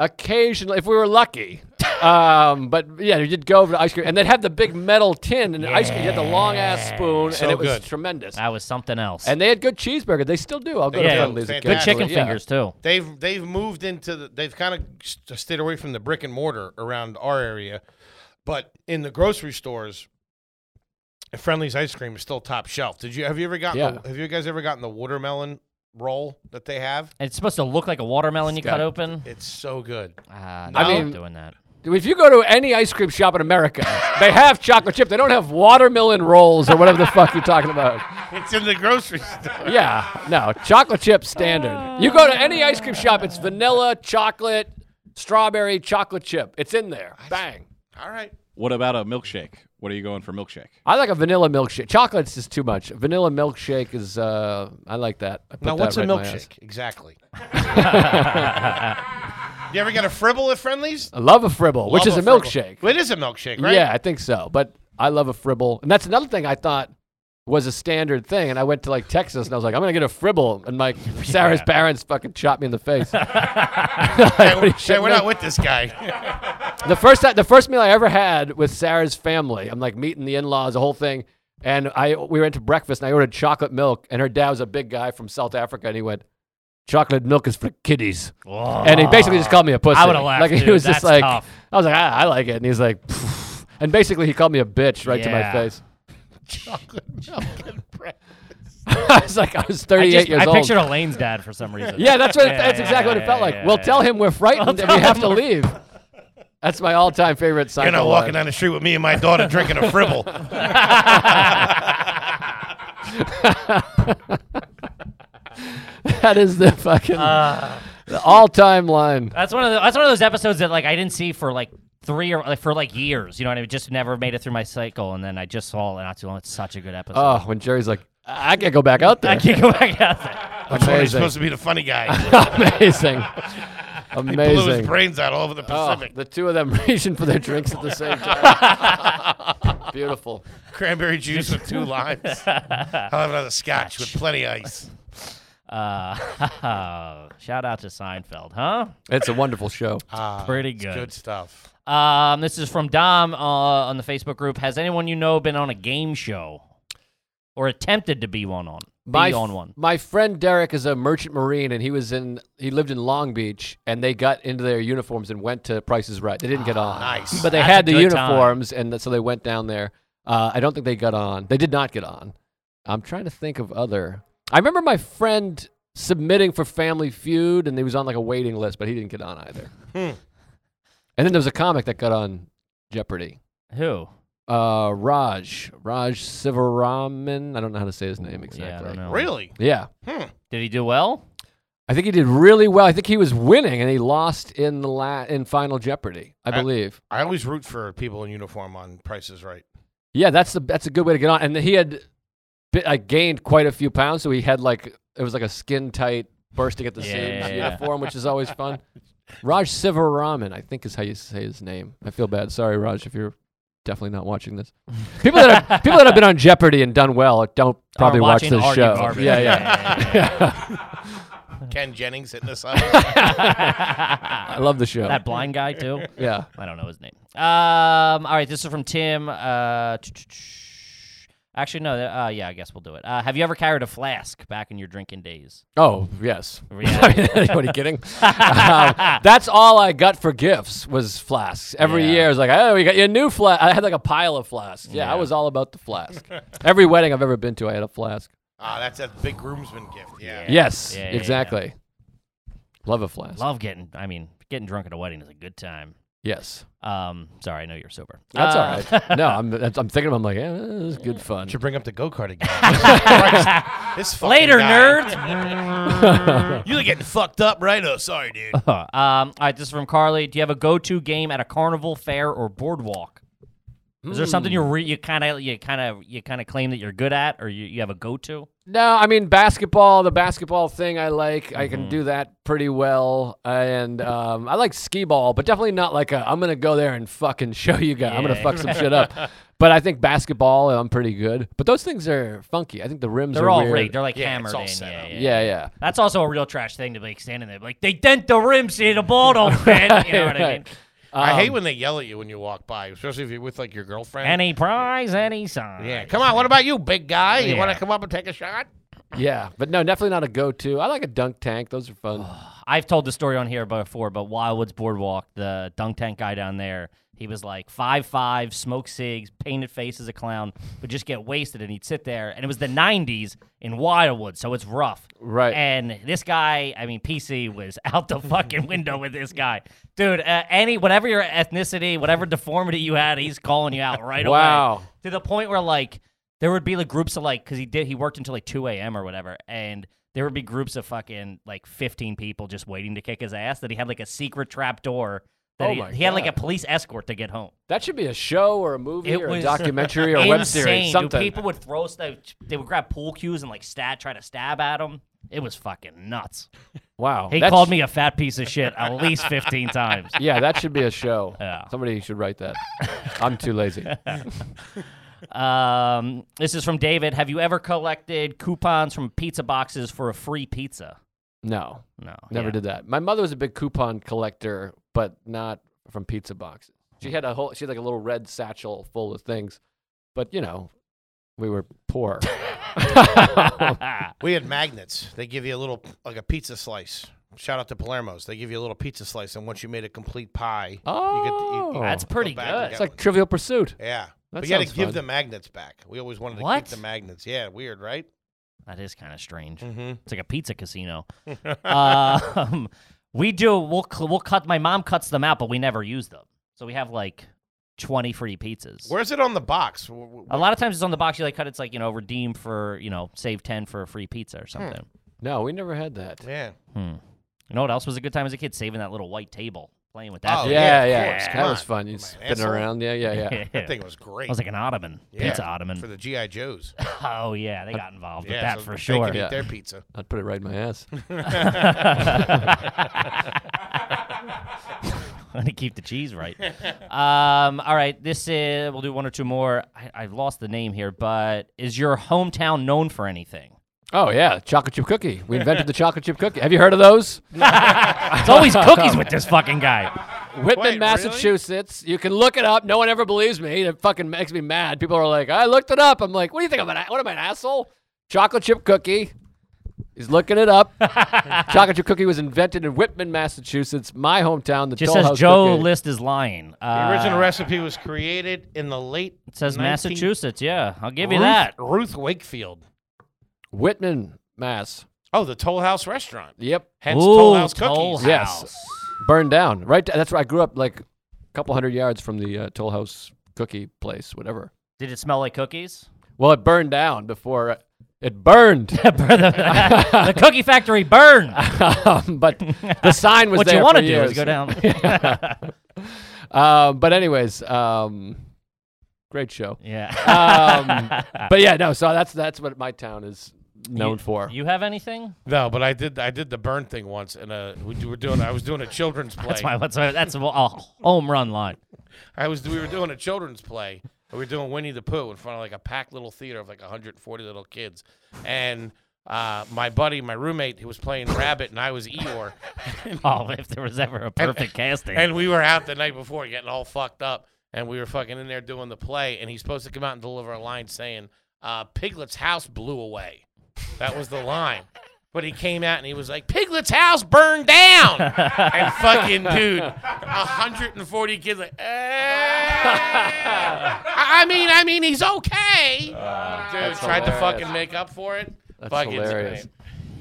Speaker 5: Occasionally, if we were lucky, um, but yeah, you'd go over to ice cream, and they'd have the big metal tin and ice cream. You had the long ass spoon,
Speaker 2: So
Speaker 5: and it was
Speaker 2: good.
Speaker 5: tremendous.
Speaker 3: That was something else.
Speaker 5: And they had good cheeseburger. They still do. I'll go
Speaker 3: Yeah,
Speaker 5: to Friendlies.
Speaker 2: good
Speaker 3: good
Speaker 5: occasionally,
Speaker 3: chicken
Speaker 5: yeah.
Speaker 3: fingers too.
Speaker 2: They've They've moved into the. They've kind of stayed away from the brick and mortar around our area, but in the grocery stores, Friendly's ice cream is still top shelf. Did you Have you ever gotten? The,
Speaker 5: Yeah.
Speaker 2: have you guys ever gotten the watermelon roll that they have?
Speaker 3: And it's supposed to look like a watermelon you cut open.
Speaker 2: It's so good.
Speaker 3: Ah,
Speaker 5: I
Speaker 3: no, I'm
Speaker 5: mean-
Speaker 3: doing that.
Speaker 5: If you go to any ice cream shop in America, they have chocolate chip. They don't have watermelon rolls or whatever the fuck you're talking about.
Speaker 2: It's in the grocery store.
Speaker 5: Yeah, no, chocolate chip standard. You go to any ice cream shop, it's vanilla, chocolate, strawberry, chocolate chip. It's in there. Bang.
Speaker 2: All right.
Speaker 4: What about a milkshake? What are you going for milkshake?
Speaker 5: I like a vanilla milkshake. Chocolate's just too much. Vanilla milkshake is, uh, I like that. I put
Speaker 2: Now,
Speaker 5: that
Speaker 2: what's
Speaker 5: right
Speaker 2: a
Speaker 5: in my ass.
Speaker 2: milkshake exactly? you ever get a fribble at Friendly's?
Speaker 5: I love a fribble, which is
Speaker 2: Love fribble.
Speaker 5: a, milkshake.
Speaker 2: Well, it is a milkshake, right?
Speaker 5: Yeah, I think so. But I love a fribble. And that's another thing I thought was a standard thing. And I went to like Texas and I was like, I'm going to get a fribble. And like Sarah's parents fucking shot me in the face. Like, what are
Speaker 2: Hey, we're
Speaker 5: you shitting me?
Speaker 2: not with this guy.
Speaker 5: The first ti- the first meal I ever had with Sarah's family, I'm like meeting the in-laws, the whole thing, and I we went to breakfast and I ordered chocolate milk, and her dad was a big guy from South Africa, and he went, "Chocolate milk is for kiddies," and he basically just called me a pussy.
Speaker 3: would've laughed,
Speaker 5: Like he
Speaker 3: dude.
Speaker 5: was just
Speaker 3: That's
Speaker 5: like,
Speaker 3: tough.
Speaker 5: I was like, ah, I like it, and he's like, "Pff." and basically he called me a bitch right to
Speaker 3: Yeah.
Speaker 5: my face.
Speaker 2: Chocolate milk and bread.
Speaker 5: I was like, I was
Speaker 3: I,
Speaker 5: 38
Speaker 3: just,
Speaker 5: years
Speaker 3: I
Speaker 5: old.
Speaker 3: pictured Elaine's dad for some reason.
Speaker 5: yeah, that's what it,
Speaker 3: Yeah,
Speaker 5: that's
Speaker 3: yeah,
Speaker 5: exactly what
Speaker 3: yeah,
Speaker 5: it felt like.
Speaker 3: yeah,
Speaker 5: well,
Speaker 3: yeah.
Speaker 5: tell him we're frightened and we have to leave. That's my all-time favorite song.
Speaker 2: You're not walking down the street with me and my daughter drinking a fribble.
Speaker 5: That is the fucking the all-time line.
Speaker 3: That's one of the, that's one of those episodes that like I didn't see for like three or like, for like years. You know, and it just never made it through my cycle. And then I just saw it not too long. It's such a good episode.
Speaker 5: Oh, when Jerry's like, I I can't go back out there.
Speaker 3: I can't go back out there.
Speaker 2: That's why he's
Speaker 5: Amazing.
Speaker 2: supposed to be the funny guy.
Speaker 5: Amazing.
Speaker 2: Blew his
Speaker 5: Amazing.
Speaker 2: brains out all over the
Speaker 5: Oh,
Speaker 2: Pacific.
Speaker 5: the two of them reaching for their drinks at the same time. Beautiful.
Speaker 2: Cranberry juice with two limes. I'll have another scotch with plenty of ice.
Speaker 3: Uh, shout out to Seinfeld, huh?
Speaker 5: It's a wonderful show.
Speaker 3: Pretty
Speaker 2: Ah, Good stuff.
Speaker 3: Um, this is from Dom uh, on the Facebook group. Has anyone you know been on a game show or attempted to be one on?
Speaker 5: my,
Speaker 3: be on one.
Speaker 5: my friend Derek is a merchant marine, and he was in he lived in Long Beach, and they got into their uniforms and went to Prices Right. They didn't get on,
Speaker 2: nice.
Speaker 5: but they
Speaker 3: Ah, That's
Speaker 5: had
Speaker 3: a
Speaker 5: the
Speaker 3: good time.
Speaker 5: uniforms, and th- so they went down there. Uh, I don't think they got on. They did not get on. I'm trying to think of other. I remember my friend submitting for Family Feud, and he was on like a waiting list, but he didn't get on either.
Speaker 3: Hmm.
Speaker 5: And then there was a comic that got on Jeopardy.
Speaker 3: Who?
Speaker 5: Uh, Raj Raj Sivaraman. I don't know how to say his name exactly.
Speaker 3: Yeah, I don't know.
Speaker 2: Really? Hmm.
Speaker 5: Yeah.
Speaker 3: Did he do well?
Speaker 5: I think he did really well. I think he was winning, and he lost in the la- in Final Jeopardy, I
Speaker 2: Uh,
Speaker 5: believe.
Speaker 2: I always root for people in uniform on Prices Right.
Speaker 5: yeah, that's the that's a good way to get on. And he had bit, I gained quite a few pounds, so he had like it was like a skin tight bursting at the
Speaker 3: Yeah,
Speaker 5: seams
Speaker 3: yeah, yeah.
Speaker 5: uniform, which is always fun. Raj Sivaraman, I think is how you say his name. I feel bad. Sorry, Raj, if you're definitely not watching this. People that have, people that have been on Jeopardy and done well don't probably
Speaker 3: Or
Speaker 5: watch
Speaker 3: watching
Speaker 5: this
Speaker 3: Are You
Speaker 5: show.
Speaker 3: Garbage?
Speaker 5: Yeah, yeah.
Speaker 3: yeah, yeah.
Speaker 2: Ken Jennings hitting us up.
Speaker 5: I love the show.
Speaker 3: That blind guy too.
Speaker 5: yeah.
Speaker 3: I don't know his name. Um, all right, this is from Tim. Uh, actually, no. that- Uh, yeah, I guess we'll do it. Uh, have you ever carried a flask back in your drinking days?
Speaker 5: Oh yes.
Speaker 3: Yeah.
Speaker 5: I mean, what are you kidding? Um, that's all I got for gifts was flasks. Every
Speaker 3: Yeah.
Speaker 5: year, I was like, oh, we got you a new flask. I had like a pile of flasks. Yeah, I was all about the flask. Every wedding I've ever been to, I had a flask.
Speaker 2: Ah, that's a big groomsman gift. Yeah.
Speaker 5: Yes,
Speaker 3: Yeah, yeah, yeah.
Speaker 5: exactly. Love a flask.
Speaker 3: Love getting. I mean, getting drunk at a wedding is a good time.
Speaker 5: yes,
Speaker 3: Um, sorry, I know you're sober.
Speaker 5: that's
Speaker 3: Uh,
Speaker 5: all right. No, I'm, that's- I'm thinking. of- I'm like, yeah, this is good fun.
Speaker 2: Should bring up the go kart again. Christ, this fucking
Speaker 3: Later,
Speaker 2: guy.
Speaker 3: nerds.
Speaker 2: You're getting fucked up, right? Oh, sorry, dude.
Speaker 3: um, all right, this is from Carly. Do you have a go-to game at a carnival, fair, or boardwalk? Is there something you
Speaker 2: Hmm.
Speaker 3: re- you kind of you kind of you kind of claim that you're good at, or you, you have a go-to?
Speaker 5: No, I mean basketball. The basketball thing I like. I
Speaker 3: Mm-hmm.
Speaker 5: can do that pretty well, and um, I like skee ball, but definitely not like a. I'm gonna go there and fucking show you guys. I'm gonna
Speaker 3: Yeah,
Speaker 5: fuck some shit up. But I think basketball, I'm pretty good. But those things are funky. I think the rims
Speaker 3: They're
Speaker 5: are
Speaker 3: all
Speaker 5: weird.
Speaker 3: rigged. They're like
Speaker 2: Yeah,
Speaker 3: hammered
Speaker 2: it's all
Speaker 3: in.
Speaker 2: set
Speaker 3: Yeah,
Speaker 2: up.
Speaker 3: yeah,
Speaker 5: yeah, yeah.
Speaker 3: That's also a real trash thing to be like standing there, like they dent the rim, see the ball don't fit. You know what I mean?
Speaker 5: Right.
Speaker 2: I
Speaker 3: Um,
Speaker 2: hate when they yell at you when you walk by, especially if you're with like your girlfriend.
Speaker 3: Any prize, any sign.
Speaker 2: yeah, come on. What about you, big guy? You
Speaker 3: Yeah.
Speaker 2: want to come up and take a shot?
Speaker 5: Yeah, but no, definitely not a go-to. I like a dunk tank. Those are fun.
Speaker 3: I've told the story on here before, but Wildwood's Boardwalk, the dunk tank guy down there, he was like five five, smoke cigs, painted face as a clown, would just get wasted, and he'd sit there. And it was the '90s in Wildwood, so it's rough.
Speaker 5: Right.
Speaker 3: And this guy, I mean, PC was out the fucking window with this guy, dude. Uh, any, whatever your ethnicity, whatever deformity you had, he's calling you out right away.
Speaker 5: Wow.
Speaker 3: To the point where like there would be like groups of like because he did he worked until like two a.m. or whatever, and there would be groups of fucking like fifteen people just waiting to kick his ass. That he had like a secret trap door. That
Speaker 5: Oh
Speaker 3: he,
Speaker 5: my
Speaker 3: he had like a
Speaker 5: God.
Speaker 3: police escort to get home.
Speaker 5: That should be a show or a movie
Speaker 3: It
Speaker 5: or a
Speaker 3: was
Speaker 5: documentary or a
Speaker 3: Insane.
Speaker 5: web series.
Speaker 3: dude.
Speaker 5: Something.
Speaker 3: People would throw stuff. They would grab pool cues and like stat try to stab at him. It was fucking nuts.
Speaker 5: wow.
Speaker 3: He
Speaker 5: that
Speaker 3: called
Speaker 5: sh-
Speaker 3: me a fat piece of shit at least 15 times.
Speaker 5: Yeah, that should be a show.
Speaker 3: Yeah.
Speaker 5: Somebody should write that. I'm too lazy.
Speaker 3: Um, this is from David. Have you ever collected coupons from pizza boxes for a free pizza?
Speaker 5: No.
Speaker 3: No.
Speaker 5: Never
Speaker 3: yeah.
Speaker 5: did that. My mother was a big coupon collector, but not from pizza boxes. She had a whole. She had like a little red satchel full of things, but you know, we were poor.
Speaker 2: We had magnets. They give you a little, like a pizza slice. Shout out to Palermo's. They give you a little pizza slice, and once you made a complete pie, you get to
Speaker 5: Oh,
Speaker 2: eat.
Speaker 3: That's pretty
Speaker 2: Go back and
Speaker 3: good.
Speaker 5: it's like Trivial Pursuit.
Speaker 2: Yeah.
Speaker 5: That
Speaker 2: but you had to
Speaker 5: sounds
Speaker 2: give
Speaker 5: fun.
Speaker 2: the magnets back. We always wanted to
Speaker 3: What?
Speaker 2: keep the magnets. Yeah, weird, right?
Speaker 3: That is kind of strange.
Speaker 2: Mm-hmm.
Speaker 3: It's like a pizza casino. um, we do. We'll cl- we'll cut. My mom cuts them out, but we never use them. So we have like 20 free pizzas.
Speaker 2: Where's it on the box? W- w-
Speaker 3: a lot of times it's on the box you like cut. It's like you know redeem for you know save 10 for a free pizza
Speaker 2: Hmm.
Speaker 3: or something.
Speaker 5: No, we never had that.
Speaker 2: Yeah.
Speaker 3: Hmm. You know what else was a good time as a kid? Saving that little white table, playing with that.
Speaker 2: Oh,
Speaker 3: thing.
Speaker 5: Yeah, yeah,
Speaker 2: of course. Come
Speaker 5: that was
Speaker 2: on.
Speaker 5: fun. You
Speaker 2: Am I an
Speaker 5: spin
Speaker 2: asshole?
Speaker 5: around. Yeah, yeah, yeah.
Speaker 2: That thing was great.
Speaker 3: It was like an ottoman,
Speaker 2: Yeah.
Speaker 3: pizza ottoman.
Speaker 2: for the GI Joes.
Speaker 3: oh yeah, they got involved with
Speaker 2: yeah,
Speaker 3: that
Speaker 2: so
Speaker 3: for
Speaker 2: they
Speaker 3: sure.
Speaker 2: Could eat
Speaker 5: Yeah.
Speaker 2: their pizza.
Speaker 5: I'd put it right in my ass.
Speaker 3: Let me keep the cheese right. Um, all right, this is. We'll do one or two more. I, I've lost the name here, but is your hometown known for anything?
Speaker 5: Oh yeah, chocolate chip cookie. We invented the chocolate chip cookie. Have you heard of those?
Speaker 3: It's always cookies with this fucking guy.
Speaker 5: Whitman,
Speaker 2: really?
Speaker 5: Massachusetts. You can look it up. No one ever believes me. It fucking makes me mad. People are like, I looked it up. I'm like, what do you think? I'm an, a- what am I, an asshole? Chocolate chip cookie. He's looking it up. Chocolate chip cookie was invented in Whitman, Massachusetts, my hometown. The
Speaker 3: Just
Speaker 5: Toll
Speaker 3: says
Speaker 5: House
Speaker 3: Joe
Speaker 5: Cookie.
Speaker 3: List is lying.
Speaker 2: The
Speaker 3: Uh,
Speaker 2: original recipe was created in the late.
Speaker 3: it says
Speaker 2: 19
Speaker 3: Massachusetts. Yeah, I'll give you
Speaker 2: Ruth,
Speaker 3: that.
Speaker 2: Ruth Wakefield.
Speaker 5: Whitman, Mass.
Speaker 2: Oh, the Toll House restaurant.
Speaker 5: Yep,
Speaker 2: Hence Toll
Speaker 3: Ooh,
Speaker 2: House
Speaker 3: Toll
Speaker 2: cookies.
Speaker 5: Yes.
Speaker 3: House.
Speaker 5: burned down. Right, that's where I grew up. Like a couple hundred yards from the uh, Toll House Cookie place, whatever.
Speaker 3: Did it smell like cookies?
Speaker 5: Well, it burned down before uh, it burned.
Speaker 3: the, the cookie factory burned.
Speaker 5: um, but the sign was
Speaker 3: What
Speaker 5: there
Speaker 3: you
Speaker 5: want to
Speaker 3: do is go down.
Speaker 5: Um, but anyways, um, great show.
Speaker 3: yeah.
Speaker 5: Um, but yeah, no. So that's that's what my town is known for.
Speaker 3: You have anything?
Speaker 2: No, but I did. I did the burn thing once, and uh, we d- were doing. I was doing a children's play.
Speaker 3: That's my what's that's a, a home run line.
Speaker 2: I was. We were doing a children's play. and We were doing Winnie the Pooh in front of like a packed little theater of like 140 little kids, and uh, my buddy, my roommate, who was playing Rabbit, and I was Eeyore.
Speaker 3: Oh, if there was ever a perfect casting.
Speaker 2: And we were out the night before getting all fucked up, and we were fucking in there doing the play, and he's supposed to come out and deliver a line saying, uh, Piglet's house blew away. That was the line. But he came out and he was like, Piglet's house burned down. and fucking dude, 140 kids like, "Eh." I mean, I mean, he's okay. dude,
Speaker 5: Uh, that's
Speaker 2: tried to
Speaker 5: hilarious.
Speaker 2: fucking make up for it.
Speaker 5: That's
Speaker 2: fucking
Speaker 5: hilarious.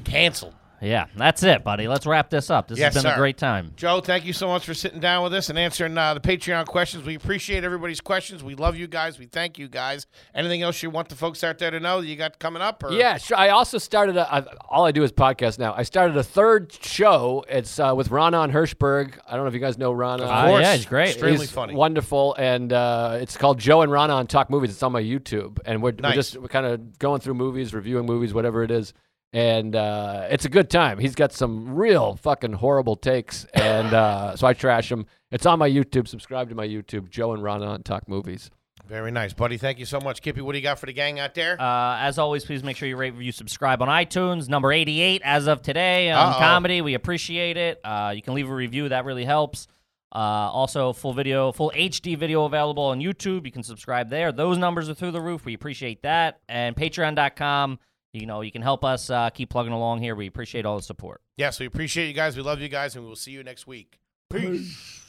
Speaker 2: canceled.
Speaker 3: yeah, that's it, buddy. Let's wrap this up. This
Speaker 2: Yes,
Speaker 3: has been
Speaker 2: sir.
Speaker 3: a great time.
Speaker 2: Joe, thank you so much for sitting down with us and answering uh, the Patreon questions. We appreciate everybody's questions. We love you guys. We thank you guys. Anything else you want the folks out there to know that you got coming up? Or?
Speaker 5: Yeah, sure. I also started. A, I, all I do is podcast now. I started a third show. It's uh, with Ronan Hirschberg. I don't know if you guys know Ronan.
Speaker 3: Uh,
Speaker 2: course.
Speaker 3: yeah, it's great.
Speaker 2: Extremely
Speaker 5: He's
Speaker 2: funny.
Speaker 5: wonderful, and uh, it's called Joe and Ronan Talk Movies. It's on my YouTube, and we're,
Speaker 2: Nice.
Speaker 5: we're just we're kind of going through movies, reviewing movies, whatever it is, and uh, it's a good time. He's got some real fucking horrible takes, and uh, so I trash him. It's on my YouTube. Subscribe to my YouTube, Joe and Ronan Talk Movies.
Speaker 2: Very nice, buddy. Thank you so much. Kippy, what do you got for the gang out there?
Speaker 3: Uh, as always, please make sure you rate, review, subscribe on iTunes. Number 88 as of today on
Speaker 2: Uh-oh.
Speaker 3: comedy. We appreciate it. Uh, you can leave a review. That really helps. Uh, also, full video, full HD video available on YouTube. You can subscribe there. Those numbers are through the roof. We appreciate that. And patreon.com. You know, you can help us uh, keep plugging along here. We appreciate all the support.
Speaker 2: yes, we appreciate you guys. We love you guys, and we will see you next week. Peace.